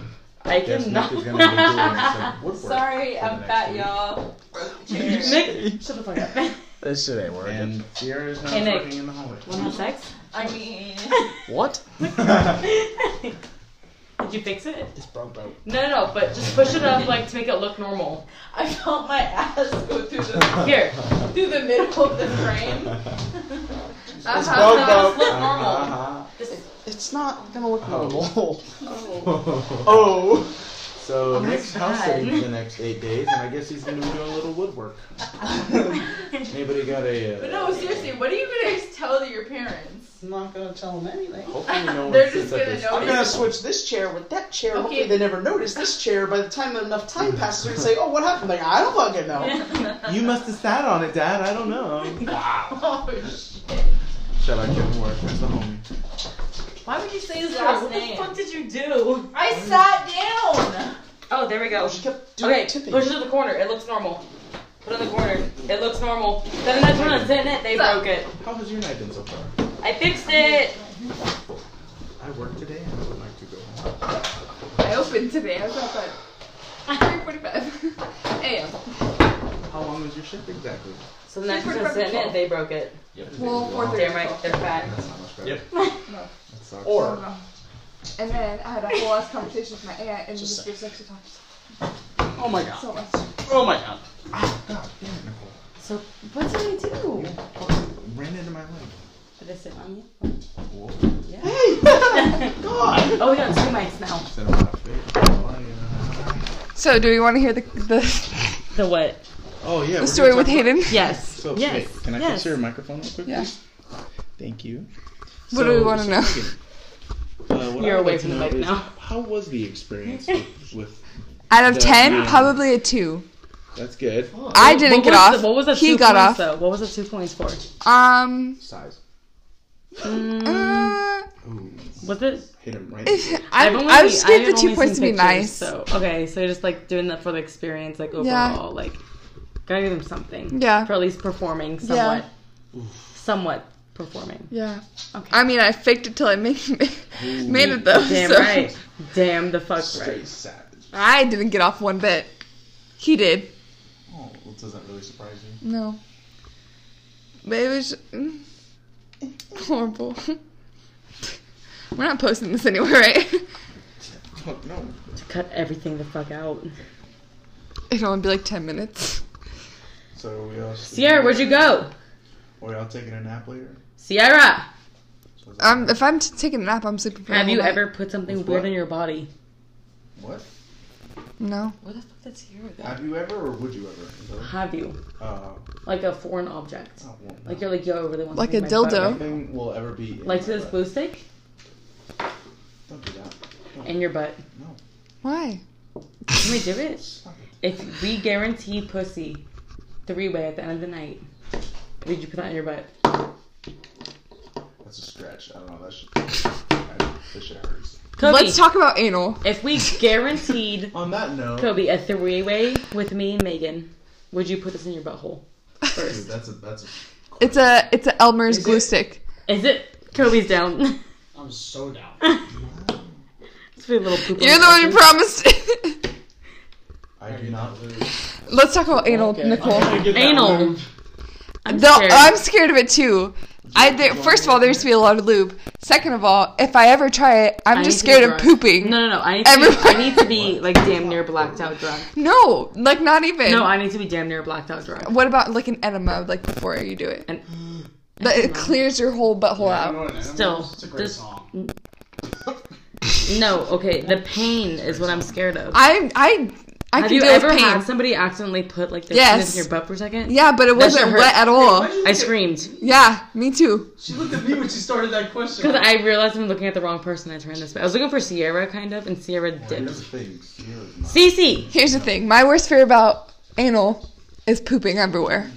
I
Yes, Nick
cannot.
is gonna be doing some woodwork.
Sorry,
for the
I'm
next
fat,
week.
y'all. Broke the chair.
Nick, shut the fuck up.
This shit ain't working.
And Sierra's not
Hey, Nick.
working in the hallway.
Want to have sex?
I mean,
What?
Did you fix it?
It's broke, bro.
No, no, no, but just push it up like to make it look normal.
I felt my ass go through the
Here,
through the middle of the frame.
That's
Broke,
Uh,
how
broke.
look
Uh-huh.
It's not gonna look normal.
Oh. So Nick's
God.
house sitting for the next eight days, and I guess he's gonna be doing a little woodwork. Anybody got a? Uh,
But no, seriously, what are you gonna tell your parents?
I'm not gonna tell him anything.
Hopefully no one
They're
sits
just
at
gonna
this.
know.
I'm gonna switch this chair with that chair. Hopefully
Okay.
they never notice this chair. By the time enough time passes, they're gonna say, "Oh, what happened?" Like, I don't fucking know.
You must have sat on it, Dad. I don't know.
Oh, shit.
Shout out Kevin Warwick. That's the homie.
Why would you say his
what
last
the
name?
fuck did you do?
I sat down.
Oh, there we go.
She kept doing
Okay,
tipping.
push it to the corner. It looks normal. Put it in the corner. It looks normal. Then that's when I was in it. They broke it.
How has your night been so far?
I fixed it.
I work today, and I would like to go home.
I opened today. I was up at 3:45 a.m.
How long was your shift exactly?
So the next person in it, they broke it.
Well,
They're right. They're fat.
That's not much better.
Yep.
No.
That sucks.
Or
And then I had a whole ass conversation with my aunt, and just gives extra times
oh my god.
so much.
Oh my god.
God damn it, Nicole.
So what did I do?
Ran into my leg.
Did I sit on you?
Whoa.
God.
Oh, we got two mics now.
Sit on my Oh, face.
So, do we want to hear the the,
The what?
Oh yeah.
the story with Hayden?
Yes.
So,
yes.
Oh, wait, can I
yes.
fix your microphone real quick?
Yeah.
please? Thank you.
What do we wanna
so
know?
Hayden,
Uh,
what
You're
I would
away
like
from
to
the
know
mic
is,
now.
How was the experience with? with
Out of
Yeah.
ten,
Yeah.
probably a two.
that's good.
I didn't
What
get
was
off.
The, what was the
he
two
got
points,
off.
Though? What was the two points for?
Um,
Size.
Mm.
uh,
Ooh,
Was it?
hit him right.
I,
I've only-
I just gave
I've
the two
only
points to
seen
be
pictures,
nice.
So okay, so you're just like doing that for the experience, like overall,
Yeah.
like gotta give them something.
Yeah.
For at least performing somewhat. Somewhat performing.
Yeah.
Okay.
I mean, I faked it till I made, made it though.
Damn
so
right. Damn the fuck
Straight
right.
savage.
I didn't get off one bit. He did.
Oh, well, does that really surprise you?
No. But it was mm, horrible. We're not posting this anywhere, right?
Fuck no.
To cut everything the fuck out.
It'll only be like ten minutes.
So we all.
Sierra, where'd you go?
Are we all taking a nap later?
Sierra,
So is that-
Um, if I'm t- taking a nap, I'm sleeping. for the
have
whole
you
night.
ever put something
With
weird
what?
in your body?
What?
No.
What the fuck that's here?
Have you ever, or would you ever? Is that what-
Have you
Uh,
like a foreign object?
not one.
Like you're like yo, I really want
Like
something
a
in my butt
dildo.
right now.
Nothing will ever be. in
Like
my
this
butt.
blue stick
Don't do that.
in your butt.
No.
Why?
Can we do it?
Stop it.
If we guarantee pussy three way at the end of the night, did you put that in your butt?
That's a stretch. I don't know. That should. I, that shit hurts.
Kobe,
Let's talk about anal.
if we guaranteed
On that note,
Kobe a three way with me and Megan, would you put this in your butthole
dude,
first?
that's a that's a.
It's a it's a Elmer's
Is
glue
it?
stick.
Is it? Kobe's down.
I'm so down.
it's a little poop. on
You're
his
the one who
face.
promised.
I do not lose.
Let's talk about anal, Nicole.
Anal. I'm
No,
scared.
I'm scared of it too. I there, first of all, there needs to be a lot of lube. Second of all, if I ever try it, I'm
I
just
need to be
scared of
drunk.
pooping.
No, no, no. I need, to be,
Everyone-
I need to be like damn near blacked out drunk.
No, like not even.
No, I need to be damn near blacked out drunk.
what about like an enema, like before you do it?
An-
That it clears your whole butthole
Uh,
out.
Still,
It's a great
this-
song.
No, okay. The pain is what I'm scared of.
I I I
Have
can
you
deal with
ever
pain.
had somebody accidentally put like their
Yes.
penis in your butt for a second?
Yeah, but it
That shit
wasn't
hurt.
wet at all.
I screamed
Yeah, me too.
She looked at me when she started that question.
because I realized I'm looking at the wrong person. I turned this way. I was looking for Sierra, kind of, and Sierra
Here's
dipped.
the thing. Sierra's not.
Cece,
Here's the thing. My worst fear about anal is pooping everywhere.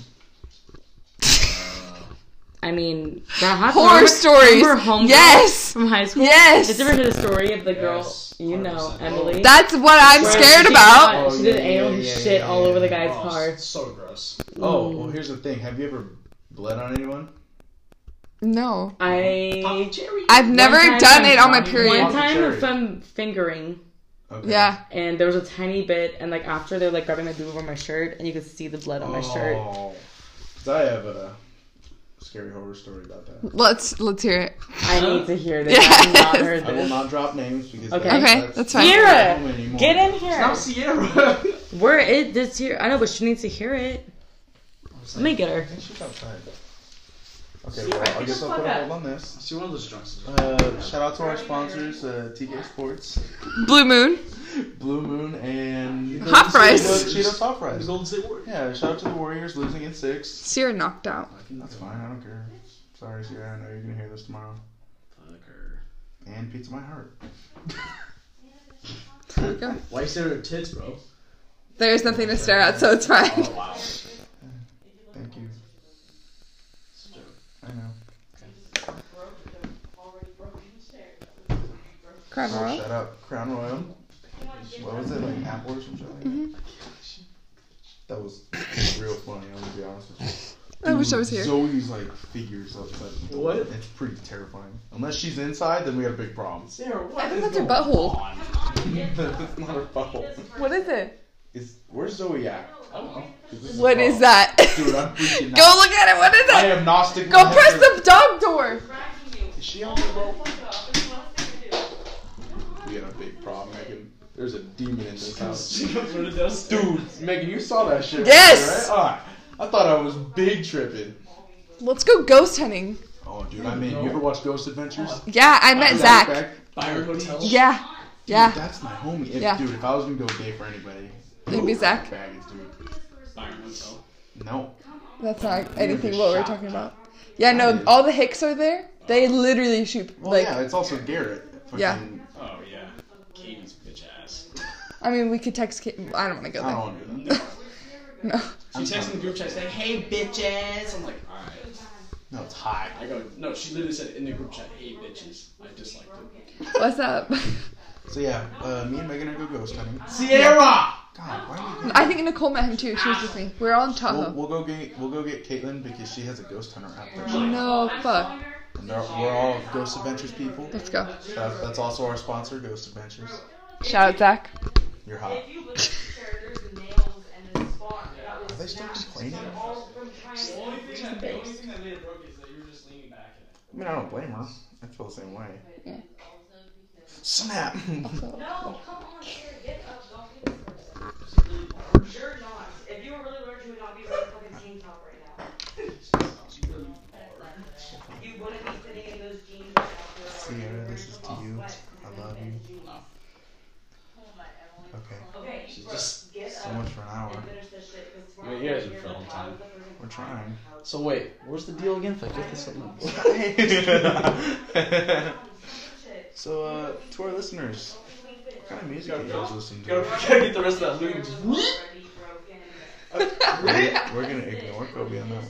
I mean, that happened.
Horror
Remember-
stories.
remember homegirl
Yes.
from high school.
Yes.
Did you ever hear the story of the girl?
Yes,
You know,
100%.
Emily.
That's what I'm
Where
scared
she
about.
got-
Oh,
she did
yeah,
anal
yeah, yeah,
shit
yeah,
all
yeah,
over the
yeah.
guy's
Gross.
car.
Oh, So gross.
Oh well, here's the thing. Have you ever bled on anyone?
No,
I.
Papa Jerry.
I've never
time
done
I
it on my
brought you
period.
One
Papa
time
Jerry.
from fingering,
Okay.
Yeah.
and there was a tiny bit, and like after they're like grabbing my boob over my shirt, and you could see the blood on my shirt.
Oh. 'Cause I have a scary horror story about that.
Let's let's hear it.
I need to hear this.
Yes.
I've not heard
I will
this.
not drop names because
Okay.
that's,
Okay, that's fine.
not
Sierra,
home anymore.
Get in
It's
here.
not Sierra.
Where is this here? I know, but she needs to hear it. Let me get her.
I think she's outside. Okay,
Sierra,
well, I
get
guess
the
I'll put a
fuck up.
hold on this.
She one of those drunks.
Uh, shout out to our sponsors, uh, TK Sports,
Blue Moon.
Blue Moon, and
Hot fries.
Cheetos Hot
The
Fries.
Golden State Warriors.
Yeah, shout out to the Warriors losing in six.
Sierra knocked out.
That's fine. I don't care. Sorry, Sierra. I know you're gonna hear this tomorrow.
Fuck her.
And pizza my heart.
Why you staring at her tits, bro?
There's nothing to stare at, so it's fine.
wow.
Thank you. I know.
Crown Royal.
Shout out Crown Royal. What was it like? Apple or something? Like that? That was real funny. I'm gonna be honest with you.
I wish I was here.
Zoe's like figures outside. the door.
What?
It's pretty terrifying. Unless she's inside, then we have big problems.
Sierra, what?
I think
is
that's her
going
butthole.
on?
That's not her fault.
What is it?
Is where's Zoe at?
I don't know.
What is that?
Oh. Dude, I'm freaking out.
Go look at it. What is
I
it?
am Gnostic.
Go press the dog door.
Is she on the rope? We have a big problem, Megan. There's a demon in this house.
She got one of those.
Dude, Megan, you saw that shit.
Yes!
Right? Alright. I thought I was big tripping.
Let's go ghost hunting.
Oh, dude, I mean, you ever watch Ghost Adventures?
Yeah, I met
Is that
Zach.
back?
By her hotel.
Yeah,
Dude,
yeah.
that's my homie. If,
Yeah.
Dude, if I was gonna go gay for anybody,
It'd be Zach.
faggots, dude.
By her hotel.
No.
That's not anything what we're talking about. Yeah, no. All the Hicks are there. They literally shoot
Well,
like
yeah, it's also Garrett.
Yeah.
Fucking-
Oh yeah, Katie's bitch ass.
I mean, we could text. Kate. I don't want to go
I don't want
there.
to do that.
No.
She texted the group chat saying, "Hey bitches," I'm like, "All right."
No, it's high.
I go, "No." She literally said in the group chat, "Hey bitches," I disliked it.
What's up?
So yeah, uh, me and Megan are go ghost hunting. Sierra. God, why do we go?
I think Nicole met him too. She was with me. We We're all in Tahoe.
We'll, we'll go get we'll go get Caitlin because she has a ghost hunter out there.
No, fuck.
And they're- we're all Ghost Adventures people.
Let's go.
That, that's also our sponsor, Ghost Adventures.
Shout out, Zach.
You're hot.
If you look at the characters and nails and his spawn, that
Are
was
they still complaining? I
all from trying to.
mean, I don't blame her. I feel the same way. Snap.
No, come on, here, get up, don't get this person. You're not. If you were really large, you would not be wearing fucking jeans top right now. You wouldn't be sitting in those jeans right now.
Sierra, this is to you. I love you. Okay.
Okay,
Just
get
So
up
much for an hour.
and finish this shit. 'cause tomorrow
my ears
you're
are
gonna
filling
talk
time.
with the person
We're trying.
So wait, where's the deal again? If I get this one.
so, uh, to our listeners, what kind of music do you guys listen to?
get the rest of that loot.
already broken.
We're, we're gonna ignore Kobe on that. one.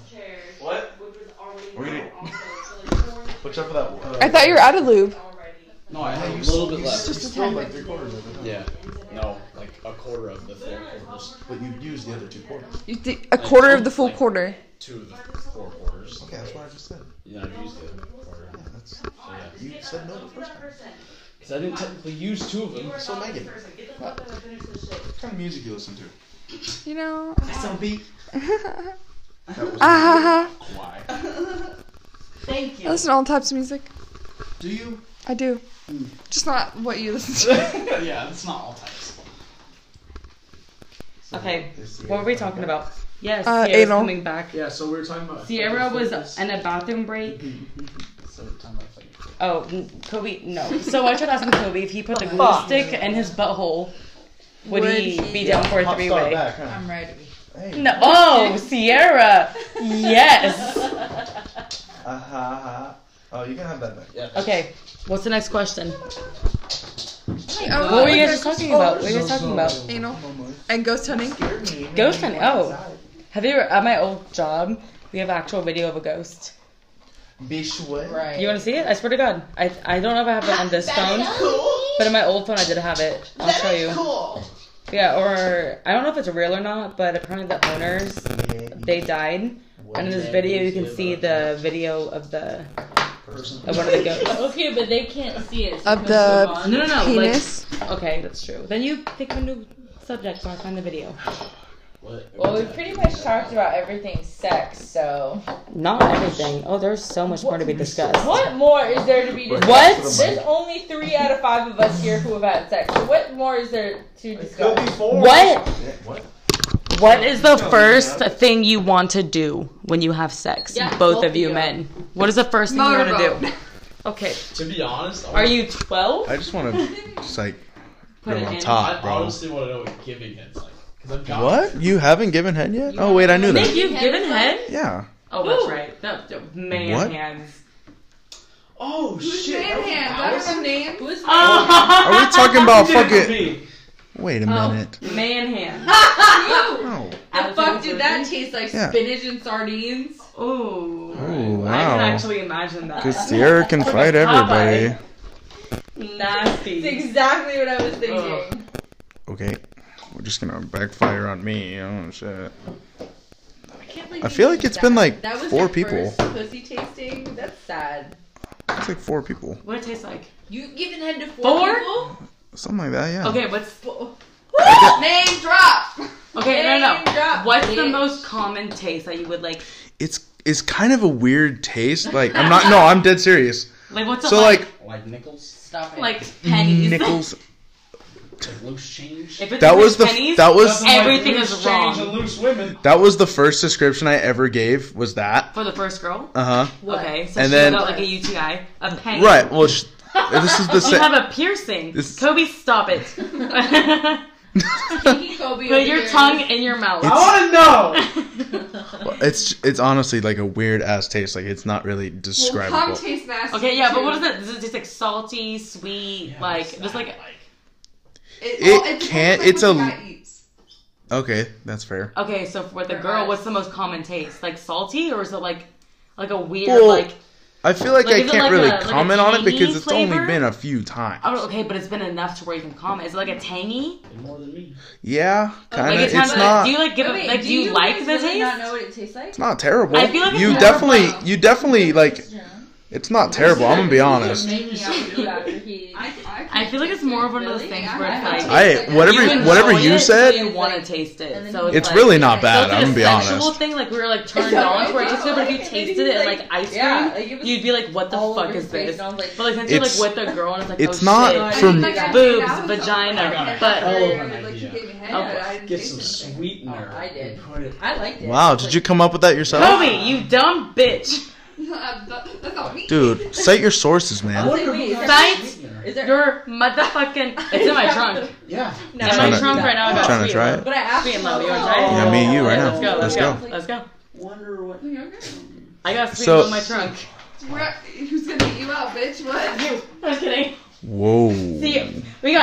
What?
Which was already
We're gonna
also so like torn
watch out for that. Uh,
I thought you were out of lube.
already.
No, I
yeah,
have
you
a little
s-
bit
you
left.
s- still like three quarters of it. huh?
Yeah. No, like a quarter of the full quarters.
But you've used the other two quarters.
You did a quarter of the full quarter.
Two of the four quarters.
Okay, that's what I just said.
Yeah, I've used the other quarter.
Yeah, that's.
So yeah.
You said no the first time.
Because I didn't technically use two of them.
So Megan, what
Get the fuck up and finish this shit.
kind of music you listen to?
You know.
SLB. That was
Ah,
why.
Thank
I
you.
listen to all types of music.
Do you?
I do. Just not what you listen to.
yeah, it's not all types.
Okay, What were we talking about? Yes,
Uh,
Sierra's
anal.
coming back.
Yeah, so we were talking about.
Sierra was in a bathroom break.
Mm-hmm, So we're talking about like.
Oh, n- Kobe, no. So I tried asking Kobe if he put the glue stick in his butthole, would,
Would
he,
he-
be down for a
Pop
three
star
way?
back, huh?
I'm ready.
Hey.
No. Oh, Sierra. Yes.
Uh huh. Uh-huh. Oh, you can have that back.
Yeah.
Okay. What's the next question?
Oh,
What were you
okay.
guys just talking about? What were you guys talking about?
Anal. And ghost hunting.
Ghost hunting. Oh, have you ever at my old job? We have actual video of a ghost.
Bitch, what?
Right.
You want to see it? I swear to God, I I don't know if I have it on this phone, but on my old phone I did have it. I'll show you.
Cool.
Yeah, or I don't know if it's real or not, but apparently the owners they died, and in this video you can see the video of the of one of the ghosts.
Okay, but they can't see it.
Of the
No, no, no. Like,
penis.
okay, that's true. Then you pick a new subject while I find the video.
What?
Well, we pretty much talked about everything sex, so.
Not everything. Oh, there's so much more to be discussed.
What more is there to be discussed?
What?
There's only three out of five of us here who have had sex. So what more is there to
Go
discuss?
before.
What?
What?
What is the first thing you want to do when you have sex?
Yeah,
both,
both
of you
of you.
men. What is the first thing you want to do? Okay.
To be honest, I
Are
wanna-
you 12?
I just want to, just like,
Put it in.
I honestly want to know what giving head's like. Because I've got
What? You haven't given head yet? Oh wait, I knew
Nick,
that.
you've given head?
Yeah.
Oh, that's right. That, that- man
What?
hands.
Oh shit! that was Allison?
name.
Are we talking
Oh,
about
Did it to
fucking?
me.
Wait a minute.
Man hands.
Oh.
Allison Wilson.
taste like?
Yeah.
Spinach and sardines.
Ooh.
Oh
I
wow.
can actually imagine that.
Cause Sierra can fight everybody.
It's
Nasty.
exactly what I was thinking.
Ugh.
Okay. We're just gonna backfire on me. Oh shit. I feel like it's been like
That was
four
your
people.
first pussy tasting. That's sad.
It's like four people.
What it tastes like?
You giving head to four,
Four?
people?
Something like that, yeah.
Okay, what's
Name drop.
okay? No, no.
Name drop,
What's the
bitch.
most common taste that you would like?
It's it's kind of a weird taste. Like I'm not no, I'm dead serious.
Like what's
So
a
like
Like nickels,
Stop it.
like pennies?
nickels
like loose change.
If it's
that was the
pennies,
f- that was
everything is
Loose
wrong.
Change and loose women.
that was the first description I ever gave was that.
for the first girl.
Uh-huh.
Okay, so
And
she
then-
got like a UTI, a penny.
Right. Well, sh- this is the
You
same
have a piercing.
This-
Kobe, stop it. Put your tongue in your mouth.
I want to know.
It's it's honestly like a weird ass taste. Like it's not really
Well,
describable.
cum tastes nasty.
Okay, yeah, but what
too.
is that? Does it taste like salty, sweet, like just like
It,
It
well, depends
can't-
on
it's
what
a-
the guy eats.
okay, that's fair.
okay? So for the
For
girl,
us.
what's the most common taste? Like salty, or is it like like a weird
Well-
like?
I feel like,
Like,
I
is it
can't
like
really
a- like a
comment on it
tangy
because it's only
flavor?
been a few times.
Oh, okay, but it's been enough to where you can comment. Is it like a tangy?
More than me.
Yeah, kind
Like
of.
it
It's,
sounds like-
not.
Do you like give
But
it?
wait,
like? Do you, like
guys
the
really
taste?
Not know what it tastes like.
It's not terrible.
I feel like it's
you
more
definitely,
about-
you definitely like. It's not terrible. I'm gonna be honest.
I feel like it's more of one of those things where it's like
I whatever
enjoy
whatever
it,
you
so
said,
you want to taste it. So it's,
it's
like,
really not bad.
It's like
I'm gonna
a
be
sexual
honest.
thing, like we were like turned
Yeah,
on to where it
it's
tastes good, but if you tasted it like ice cream,
yeah, like, it was
you'd be like, "What the
all
fuck
over
is
your face,
this?"
and I was like-
But like since you're
It's-
like with a girl, and it's like,
It's
"Oh,
not
shit."
for
I
me.
think I-
boobs,
I got
vagina,
it.
but
Oh,
Like,
an
like you
idea.
gave me head,
Okay.
but I didn't
Get
taste
some
it.
sweetener.
Oh, I did.
and Put it.
I liked it.
Wow, did you come up with that yourself,
Kobe, you dumb bitch.
That's not me.
dude? Cite your sources, man.
Wait, wait, is there-
Science?
Sweetener.
Is there?
You're motherfucking. It's in my trunk.
Yeah.
no,
It's in
Trying
my
to-
trunk right now. I got
Trying to
three
try
of
it?
them.
But I asked
Three
you
in love. You want to try it?
Yeah, me and you right now.
Yeah,
Let's
Let's go. Let's
go.
go. Let's go.
Wonder what.
You're good.
I got a sweet
So-
in my trunk.
We're- Who's gonna eat you out, bitch? What?
I'm just kidding.
Whoa.
See, we got